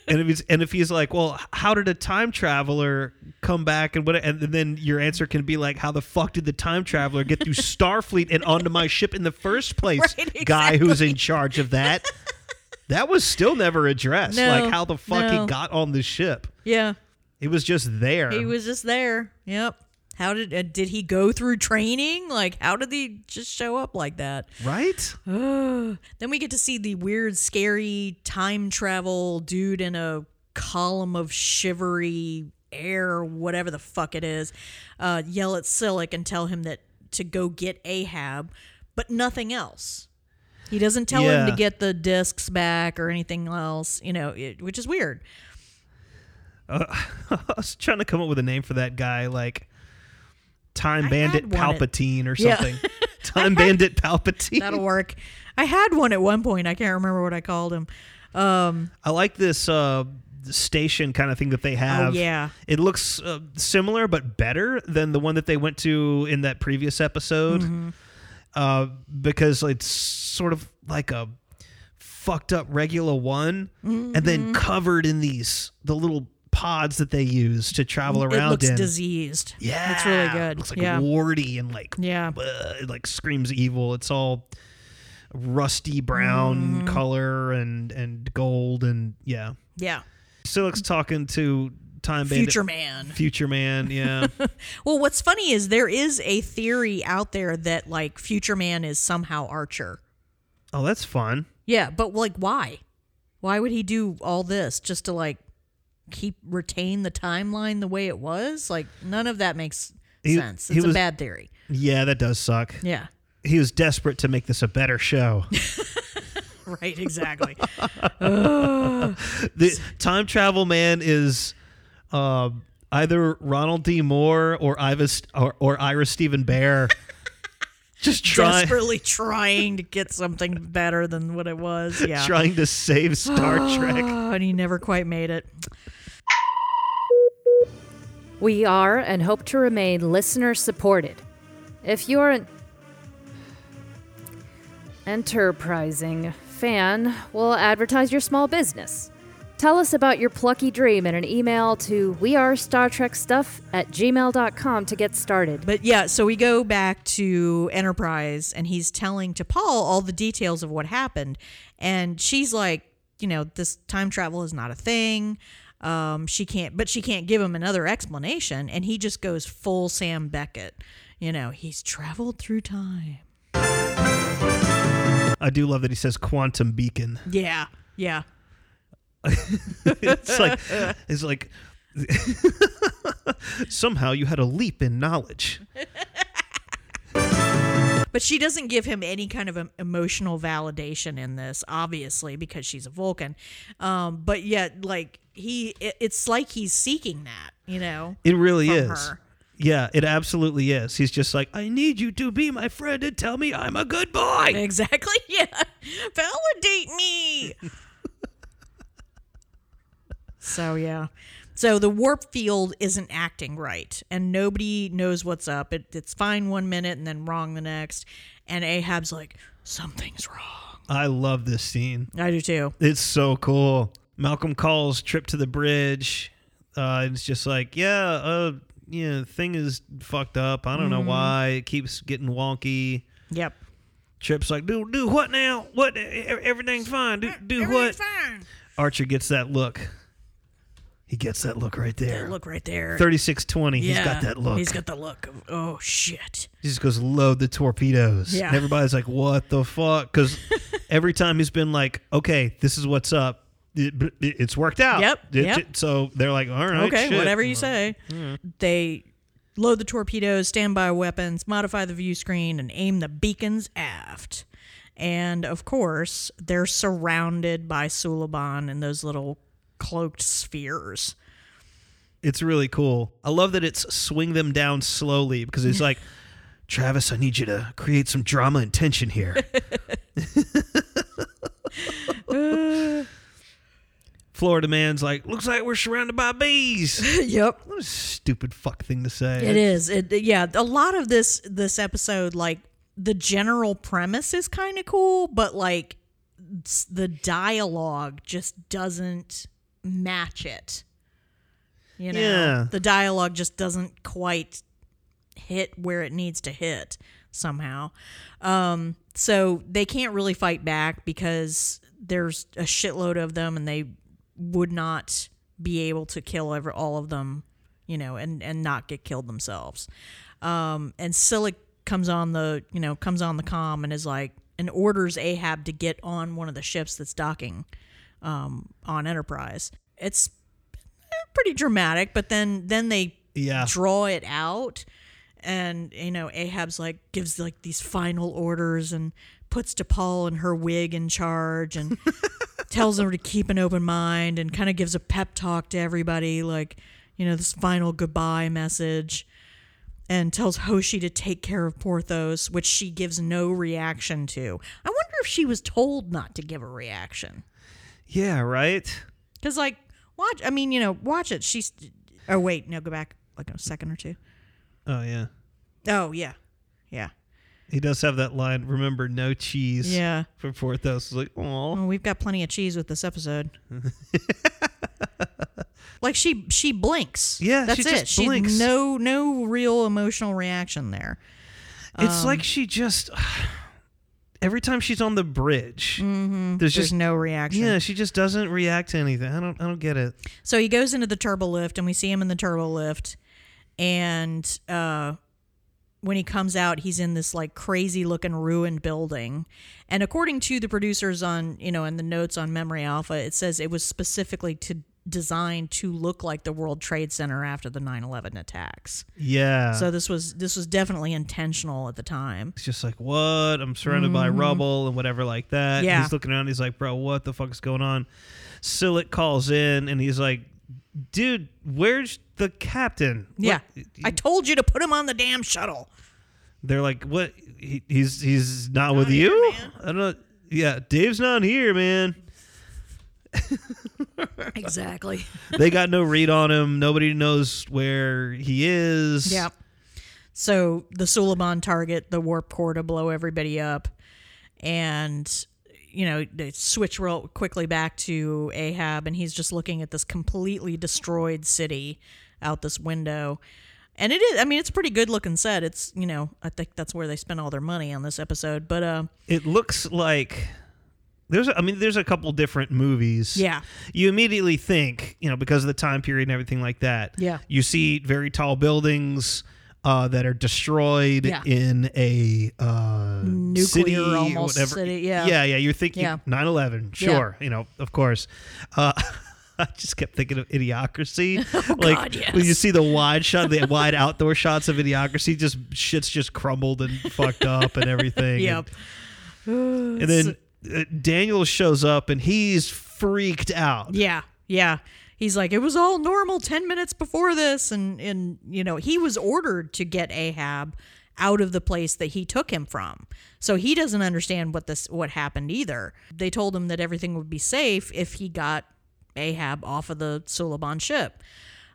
and if he's and if he's like, well, how did a time traveler come back and what? And then your answer can be like, how the fuck did the time traveler
[LAUGHS]
get through Starfleet and onto my ship in the first place?
Right,
Guy who's in charge of that. that was still never addressed.
No,
like how the fuck
no.
he got on the ship.
Yeah.
It was just there.
He was just there. Yep. How did uh, did he go through training? Like, how did he just show up like that?
right.
Ugh. [GASPS] then we get to see the weird, scary time travel dude in a column of shivery air, whatever the fuck it is, uh, yell at Silic and tell him that to go get Ahab, but nothing else. He doesn't tell him to
Yeah.
get the discs back or anything else, you know, it, which is weird.
I was trying to come up with a name for that guy, like Time Bandit
had one at-
Palpatine or
Yeah. [LAUGHS]
something. Time Bandit Palpatine.
That'll work. I had one at one point. I can't remember what I called him. Um,
I like this uh, station kind of thing that they have.
Oh, yeah.
it looks uh, similar but better than the one that they went to in that previous episode,
Mm-hmm.
uh, because it's sort of like a fucked up regular one, and
Mm-hmm.
then covered in these the little pods that they use to travel
it
around
looks
in.
diseased.
Yeah,
it's really good.
Looks like
yeah.
warty and like
Yeah.
uh, it like screams evil. It's all rusty
Mm-hmm.
brown color and and gold and yeah.
Yeah.
Silik's talking to Time Bandit.
Future Man.
Future Man,
[LAUGHS]
yeah.
Well, what's funny is there is a theory out there that like Future Man is somehow Archer.
oh, that's fun.
Yeah, but like why? Why would he do all this just to like keep retain the timeline the way it was? Like none of that makes
He-
sense.
he
It's a
was-
bad theory.
Yeah, that does suck.
Yeah. [LAUGHS]
He was desperate to make this a better show.
Right, exactly.
the time travel man is uh, either Ronald D. Moore or Ivis or, or Ira Stephen
[LAUGHS]
Bear. Just [LAUGHS] trying
Desperately trying to get something better than what it
[LAUGHS]
was. Yeah.
trying to save Star
[GASPS]
Trek.
Oh, and he never quite made it.
We are and hope to remain listener supported. If you're an enterprising fan, we'll advertise your small business. Tell us about your plucky dream in an email to wearestartrekstuff at gmail.com to get started.
But yeah, so we go back to Enterprise, and he's telling to Paul all the details of what happened, and she's like, you know, this time travel is not a thing. Um, she can't, but she can't give him another explanation, and he just goes full Sam Beckett. You know, he's traveled through time.
I do love that he says quantum beacon. [LAUGHS]
Yeah, yeah.
it's
[LAUGHS]
like it's like [LAUGHS] somehow you had a leap in knowledge.
But she doesn't give him any kind of em- emotional validation in this, obviously, because she's a Vulcan. Um, but yet, like he, it, it's like he's seeking that, you know.
It really
from
is.
her.
Yeah, it absolutely is. He's just like, I need you to be my friend and tell me I'm a good boy.
[LAUGHS] Exactly. Yeah. Validate me. so yeah. So the warp field isn't acting right, and nobody knows what's up. It, it's fine one minute and then wrong the next. And Ahab's like, something's wrong.
I love this scene.
I do too.
It's so cool. Malcolm calls Trip to the bridge. Uh, and it's just like, yeah, uh, yeah, thing is fucked up. I don't know
Mhm.
why it keeps getting wonky.
Yep.
Trip's like, do do what now? What? E- Everything's fine. Do do what? Archer gets that look. He gets that look right there.
That look right there.
Thirty-six twenty. He's got
Yeah,
that look.
He's got the look of oh shit.
He just goes load the torpedoes.
Yeah.
And everybody's like, what the
[LAUGHS]
fuck? Because every time he's been like, okay, this is what's up. It, it- it's worked out.
Yep,
It-
yep.
it- so they're like, all right.
okay,
shit.
whatever you say. They load the torpedoes, standby weapons, modify the view screen, and aim the beacons aft. And of course, they're surrounded by Suliban and those little cloaked spheres.
It's really cool. I love that it's swing them down slowly because
[LAUGHS]
it's like, Travis, I need you to create some drama and
[LAUGHS]
tension here. Florida man's like, looks like we're surrounded
[LAUGHS]
by bees.
yep.
What a stupid fuck thing to say.
It is. It yeah. A lot of this this episode, like the general premise, is kind of cool, but like s- the dialogue just doesn't match it. You know,
Yeah.
the dialogue just doesn't quite hit where it needs to hit somehow. Um, so they can't really fight back because there's a shitload of them, and they would not be able to kill ever all of them, you know, and and not get killed themselves. Um, and Silic comes on the you know comes on the comm and is like and orders Ahab to get on one of the ships that's docking um, on Enterprise. It's pretty dramatic, but then then they
Yeah.
draw it out and you know ahab's like gives like these final orders and puts DePaul and her wig in charge and tells her to keep an open mind and kind of gives a pep talk to everybody like you know this final goodbye message and tells Hoshi to take care of Porthos which she gives no reaction to i wonder if she was told not to give a reaction
Yeah, right?
because, like, watch. I mean, you know, watch it. She's. Oh wait, no, go back like a second or two.
Oh, yeah.
Oh yeah, yeah.
He does have that line. Remember, no cheese.
Yeah. Um.
For Porthos, It's like, oh,
Well, we've got plenty of cheese with this
[LAUGHS]
episode. like she she blinks.
Yeah,
that's
she
it.
just blinks.
no no real emotional reaction there.
it's like she just. [SIGHS] every time she's on the bridge,
Mhm.
there's
There's
just
no reaction.
Yeah, she just doesn't react to anything. I don't. I don't get it.
So he goes into the turbo lift, and we see him in the turbo lift. And uh, when he comes out, he's in this like crazy looking ruined building. And according to the producers on, you know, and the notes on Memory Alpha, it says it was specifically to designed to look like the World Trade Center after the 9/11 attacks.
Yeah.
So this was this was definitely intentional at the time.
It's just like, what? I'm surrounded by
Mhm.
rubble and whatever like that. And
Yeah.
He's looking around. He's like, bro, what the fuck is going on? Silic calls in and he's like, dude, where's the captain? What-
Yeah. I told you to put him on the damn shuttle.
They're like, what? He, he's he's not, with you? I don't know. Yeah, Dave's not here, man.
[LAUGHS] Exactly.
they got no read on him. Nobody knows where he [LAUGHS] is.
Yep. So the Suleiman target the warp core to blow everybody up, and you know they switch real quickly back to Ahab, and he's just looking at this completely destroyed city out this window. And it is. I mean, it's a pretty good looking set. It's you know, I think that's where they spent all their money on this episode. But uh,
It looks like there's a, I mean there's a couple different movies.
Yeah.
You immediately think, you know, because of the time period and everything like that.
Yeah.
You see very tall buildings uh, that are destroyed
Yeah.
in a uh,
Nuclear
city or
almost
whatever.
city, yeah.
yeah, yeah. You're thinking
Yeah.
9/11,
Yeah.
sure, you know, of course. Uh, [LAUGHS] I just kept thinking
[LAUGHS]
of Idiocracy. like
Oh, God, yes.
when you see the wide shot, the wide outdoor shots of Idiocracy, just shit's just crumbled and fucked up and everything.
[LAUGHS]
And-
yep.
and then uh, Daniel shows up and he's freaked out.
Yeah, yeah. He's like, it was all normal ten minutes before this, and and you know he was ordered to get Ahab out of the place that he took him from. So he doesn't understand what this what happened either. They told him that everything would be safe if he got Ahab off of the Suliban ship.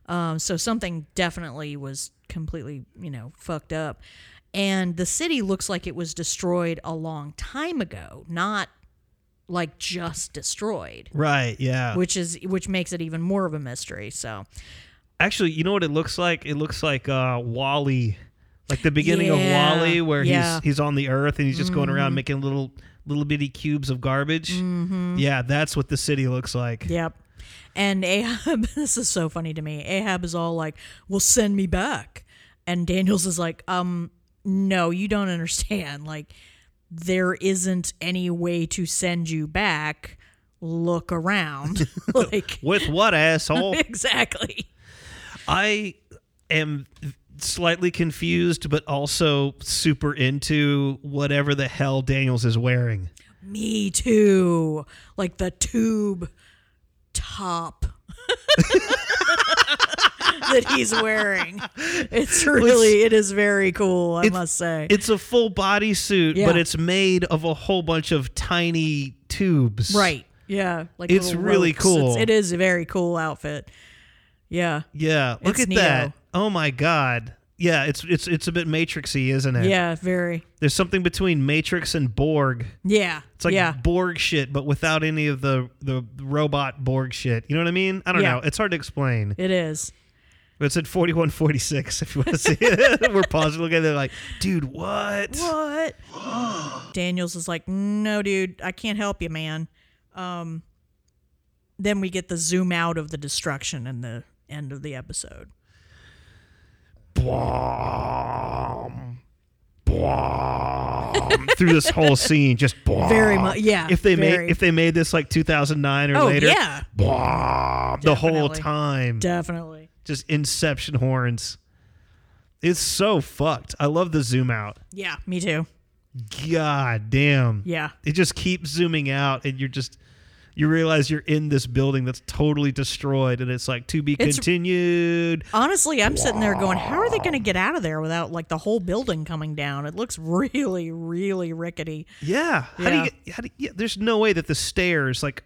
Um, so something definitely was completely you know fucked up, and the city looks like it was destroyed a long time ago, not like just destroyed
Right,
[LAUGHS]
yeah.
which is which makes it even more of a mystery. So
actually, you know what it looks like? It looks like uh Wally like the beginning
Yeah,
of Wally where
yeah. Mm-hmm.
he's he's on the earth and he's just going around making little little bitty cubes of garbage.
Mm-hmm.
Yeah, that's what the city looks like.
yep. And Ahab, [LAUGHS] this is so funny to me. Ahab is all like, "Well, send me back," and Daniels is like, "Um, no, you don't understand. Like, there isn't any way to send you back. Look around, [LAUGHS] like."
With what
[LAUGHS]
asshole?
exactly.
I am slightly confused but also super into whatever the hell Daniels is wearing.
Me too. Like the tube top [LAUGHS] that he's wearing. It's really, it is very cool, I
it's-
must say.
It's a full body suit,
Yeah.
but it's made of a whole bunch of tiny tubes.
right. Yeah. Like
It's
little
really
ropes.
cool.
It's, it is a very cool outfit. Yeah.
Yeah. Look
It's
at
Neo.
that. Oh my god. Yeah, it's it's it's a bit matrixy, isn't it?
Yeah. Very.
There's something between Matrix and Borg.
Yeah.
It's like
yeah.
Borg shit, but without any of the the robot Borg shit. You know what I mean? I don't
Yeah.
know. It's hard to explain.
It is.
It's at 4146 if you want to see
[LAUGHS]
it. [LAUGHS] We're pausing looking at it like, dude, what?
What? Daniels is like, no, dude, I can't help you, man. Um, then we get the zoom out of the destruction in the end of the episode.
Blom. Blom. [LAUGHS] Through this whole scene, just blom.
Very mu- yeah,
If they
very.
made if they made this like 2009 or
Oh,
later,
yeah.
blom, the whole
Definitely.
time,
Definitely.
just Inception horns. It's so fucked. I love the zoom out.
Yeah, me too.
God damn.
Yeah.
It just keeps zooming out, and you're just you realize you're in this building that's totally destroyed, and it's like to be
It's-
continued.
Honestly, I'm sitting there going, how are they going to get out of there without like the whole building coming down? It looks really, really rickety.
Yeah. How do
Yeah.
you get, how do you, yeah, there's no way that the stairs like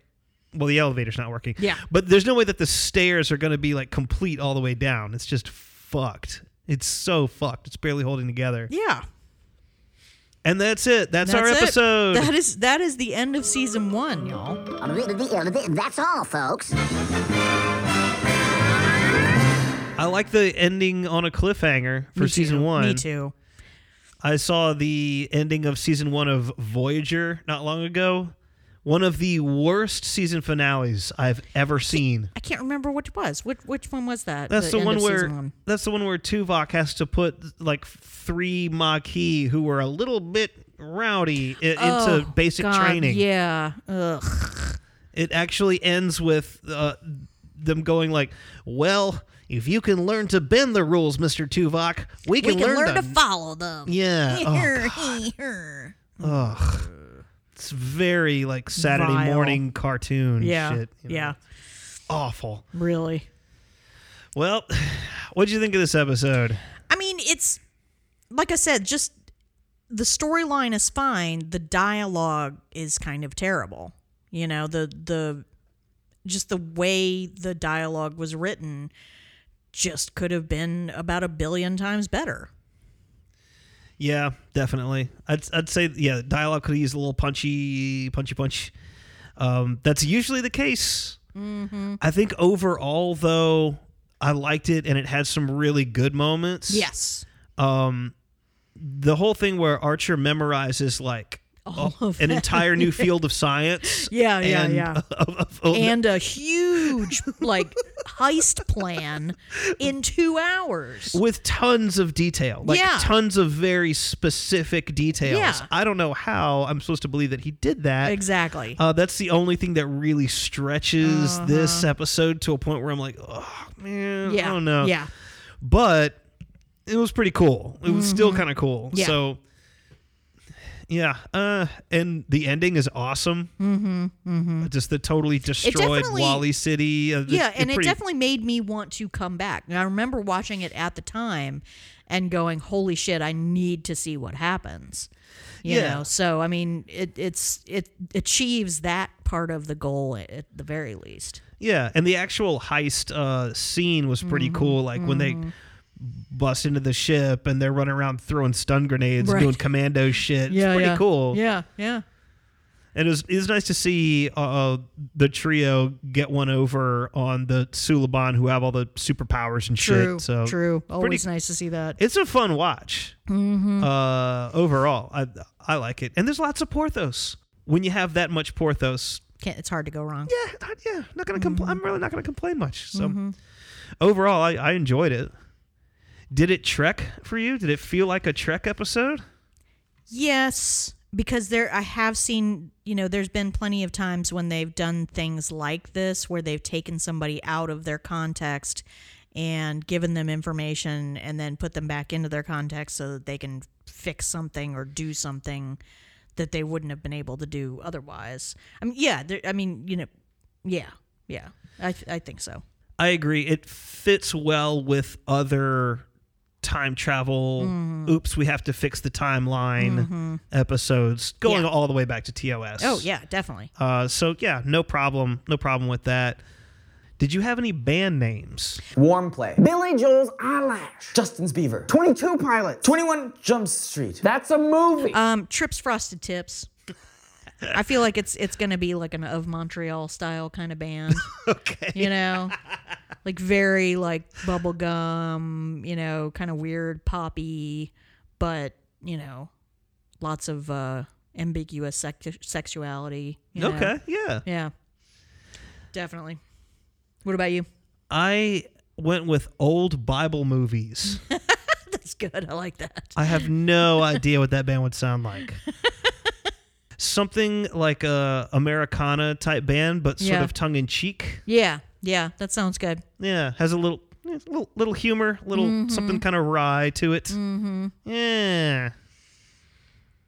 well the elevator's not working.
Yeah.
But there's no way that the stairs are going to be like complete all the way down. It's just fucked. It's so fucked. It's barely holding together.
Yeah.
And that's it. That's, our
it.
episode.
That is that is the end of season one, y'all.
uh, That's all, folks.
I like the ending on a cliffhanger for
Me
season
too.
1.
Me too.
I saw the ending of season one of Voyager not long ago. One of the worst season finales I've ever seen.
I can't remember which was. Which which one was that?
That's the,
end
one
of
where
season one?
that's the one where Tuvok has to put like three Maquis who were a little bit rowdy i-
Oh,
into basic
God,
training.
Yeah. Uh, Ugh.
It actually ends with uh, them going like, "Well, if you can learn to bend the rules, Mister Tuvok, we can, learn, to."
follow them.
Yeah.
[LAUGHS]
Oh,
Here, here.
Ugh. It's very like Saturday
Vile.
morning cartoon
Yeah.
shit. you know?
Yeah.
Awful.
Really.
Well, [SIGHS] what'd you think of this episode?
I mean, it's like I said, just the storyline is fine. The dialogue is kind of terrible. You know, the the just the way the dialogue was written just could have been about a billion times better.
Yeah, definitely. I'd, I'd say yeah, dialogue could use a little punchy, punchy punch. Um, that's usually the case.
Mm-hmm.
I think overall though, I liked it and it had some really good moments.
Yes.
Um, the whole thing where Archer memorizes like
All
a-
of
an
that.
entire new field of science.
[LAUGHS] Yeah, yeah,
and-
yeah.
[LAUGHS] of- of- of-
and a huge like heist plan in 2 hours.
with tons of detail, like
Yeah.
tons of very specific details.
Yeah.
I don't know how I'm supposed to believe that he did that.
Exactly.
Uh, that's the only thing that really stretches
Uh-huh.
this episode to a point where I'm like, oh man,
Yeah,
I don't know.
yeah.
But it was pretty cool. It was still kind of cool.
Mm-hmm. Yeah.
So yeah, uh, and the ending is awesome.
Mhm. Mhm.
Just the totally destroyed
definitely-
Wally City. Uh,
yeah,
it's
and
pretty-
it definitely made me want to come back. And I remember watching it at the time and going, "Holy shit, I need to see what happens." You
Yeah.
know, so I mean, it it's it achieves that part of the goal at, at the very least.
Yeah, and the actual heist uh, scene was pretty
Mm-hmm.
cool. Like when they bust into the ship and they're running around throwing stun grenades,
Right.
doing commando shit. it's pretty cool.
Yeah, yeah.
and it was, it was nice to see uh, the trio get one over on the Suliban who have all the superpowers and
True.
shit. So
true.
pretty-
Always nice to see that.
It's a fun watch.
Mhm.
Uh, overall, I I like it, and there's lots of Porthos. When you have that much Porthos,
Can't, it's hard to go wrong.
Yeah, "Eh, yeah. Not gonna compl- I'm really not gonna complain much. So
Mhm.
overall, I, I enjoyed it. Did it trek for you? Did it feel like a trek episode?
Yes, because there I have seen, you know, there's been plenty of times when they've done things like this where they've taken somebody out of their context and given them information and then put them back into their context so that they can fix something or do something that they wouldn't have been able to do otherwise. I mean, yeah, there, I mean, you know, yeah, yeah. I I think so.
I agree. It fits well with other time travel. Oops, we have to fix the timeline
Mhm.
episodes going
Yeah.
all the way back to TOS.
Oh, yeah, definitely.
Uh, so yeah, no problem, no problem with that. Did you have any band names?
Warm play. Billy Joel's eyelash. Justin's beaver. 22 pilots. 21 Jump Street. That's a movie.
Um, trips frosted tips. I feel like it's it's gonna be like an of Montreal style kind of band.
[LAUGHS] okay.
You know, [LAUGHS] like very like bubblegum, you know, kind of weird poppy, but you know, lots of uh ambiguous sex- sexuality. you know?
Okay, yeah.
Yeah. Definitely. What about you?
I went with old Bible movies.
[LAUGHS] That's good. I like that.
I have no idea what that band would
[LAUGHS]
sound like. Something like a Americana type band, but sort
Yeah.
of tongue in cheek.
Yeah, yeah, that sounds good.
Yeah, has a little, yeah, little, little humor, little
Mhm.
something kind of wry to it.
Mm-hmm.
Yeah,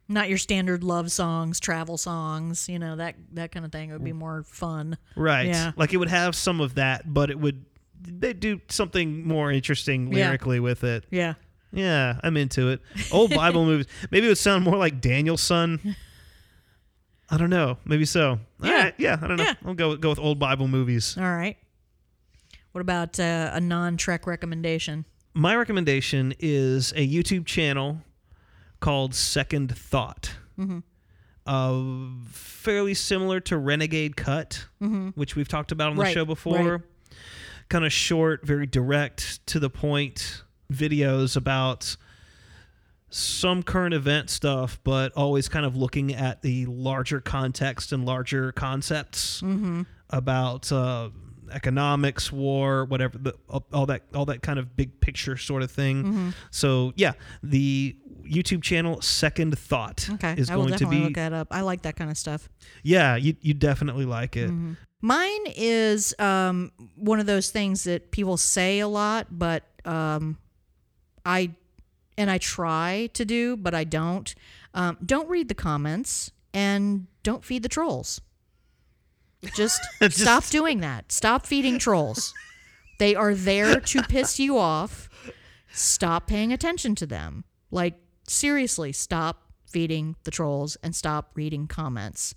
Not your standard love songs, travel songs, you know, that that kind of thing. It would be more fun.
right.
Yeah.
Like it would have some of that, but it would they do something more interesting
Yeah.
lyrically with it.
Yeah.
Yeah, I'm into it. Old
[LAUGHS]
Bible movies. Maybe it would sound more like Daniel's son. I don't know. Maybe so. Yeah, yeah. I don't know. I'll go go with old Bible movies.
All right. What about uh, a non Trek recommendation?
My recommendation is a YouTube channel called Second Thought.
Mhm.
Uh, fairly similar to Renegade Cut,
Mhm.
which we've talked about on the
Right,
show before.
right.
Kind of short, very direct, to the point videos about some current event stuff, but always kind of looking at the larger context and larger concepts
Mhm.
about uh, economics, war, whatever, the, all that, all that kind of big picture sort of thing.
Mhm.
So yeah, the YouTube channel Second Thought
Okay,
is
I will
going to
definitely
be
look that up. I like that kind of stuff.
yeah, you you definitely like it.
Mm-hmm. Mine is um, one of those things that people say a lot, but um, I and I try to do, but I don't. Um, don't read the comments and don't feed the trolls. Just, stop doing that. Stop feeding trolls. they are there to piss you off. Stop paying attention to them. Like seriously, stop feeding the trolls and stop reading comments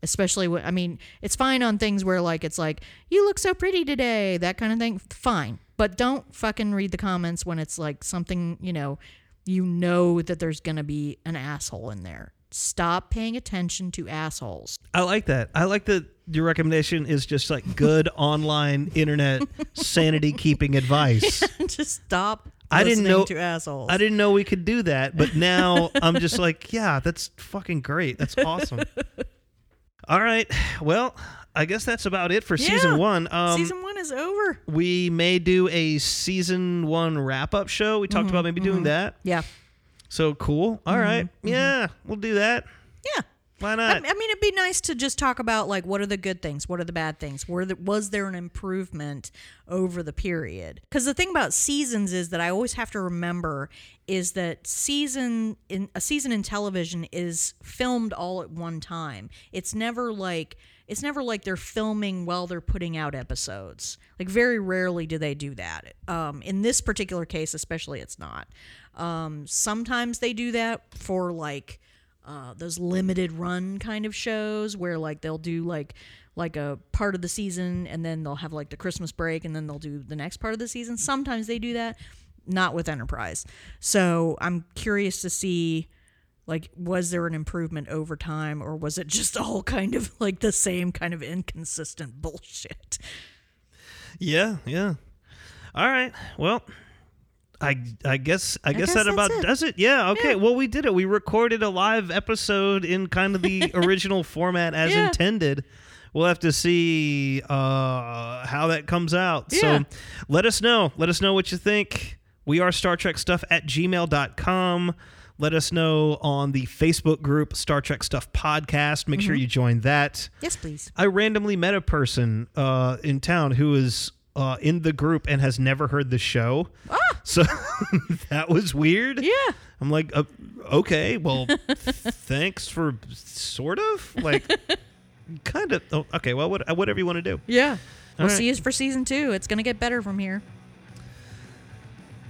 especially when I mean, it's fine on things where like it's like you look so pretty today, that kind of thing. Fine, but don't fucking read the comments when it's like something you know, you know that there's gonna be an asshole in there. Stop paying attention to assholes.
I like that. I like that your recommendation is just
[LAUGHS]
like good online internet sanity keeping advice.
[LAUGHS] Just stop.
I didn't
listening
know
to assholes.
I didn't know we could do that, but now I'm just [LAUGHS] like, yeah, that's fucking great. That's
[LAUGHS]
awesome. All right. Well, I guess that's about it for
Yeah.
season one. Um,
Season one is over.
we may do a season one wrap up show. We talked about maybe
Mm-hmm.
doing that.
Yeah.
So cool. All right.
mhm.
Yeah, we'll do that.
Yeah.
Why
I, I
not?
mean, it'd be nice to just talk about like what are the good things, what are the bad things, were the, was there an improvement over the period? Because the thing about seasons is that I always have to remember is that season in a season in television is filmed all at one time. It's never like it's never like they're filming while they're putting out episodes. Like very rarely do they do that. Um, in this particular case, especially, it's not. Um, sometimes they do that for like uh, those limited run kind of shows where like they'll do like like a part of the season and then they'll have like the Christmas break and then they'll do the next part of the season. Sometimes they do that, not with Enterprise. So I'm curious to see like was there an improvement over time or was it just all kind of like the same kind of inconsistent [LAUGHS] bullshit?
Yeah, yeah. All right. Well, I I guess I,
I
guess,
guess
that
that's
about
it.
does it. Yeah. Okay. Well, we did it. We recorded a live episode in kind
[LAUGHS]
of the original format as
Yeah.
intended. We'll have to see uh, how that comes out.
Yeah.
So let us know. Let us know what you think. We are Star Trek Stuff at gmail.com. Let us know on the Facebook group, Star Trek Stuff Podcast. Make
Mm-hmm.
sure you join that.
Yes, please.
I randomly met a person uh, in town who is uh, in the group and has never heard the show. So [LAUGHS] that was weird. Yeah. I'm like, uh, okay, well, thanks for sort of like, kind of. Oh, okay, well, what, whatever you want to do.
Yeah.
All
we'll
right.
see you for season 2. It's going to get better from here.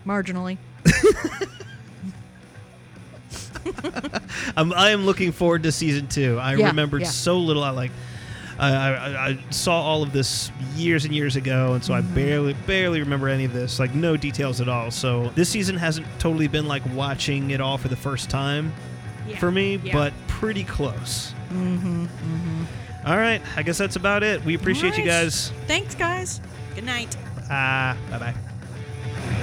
Marginally.
I'm, I am looking forward to season two. I
Yeah,
remembered
yeah.
so little. I like, I, I, I saw all of this years and years ago, and so
Mm-hmm.
I barely, barely remember any of this. Like no details at all. So this season hasn't totally been like watching it all for the first time for me,
yeah.
but pretty close.
Mhm. Mhm.
All right, I guess that's about it. We appreciate you Ah,
Alright.
guys.
Thanks guys. Good night.
Uh, bye bye.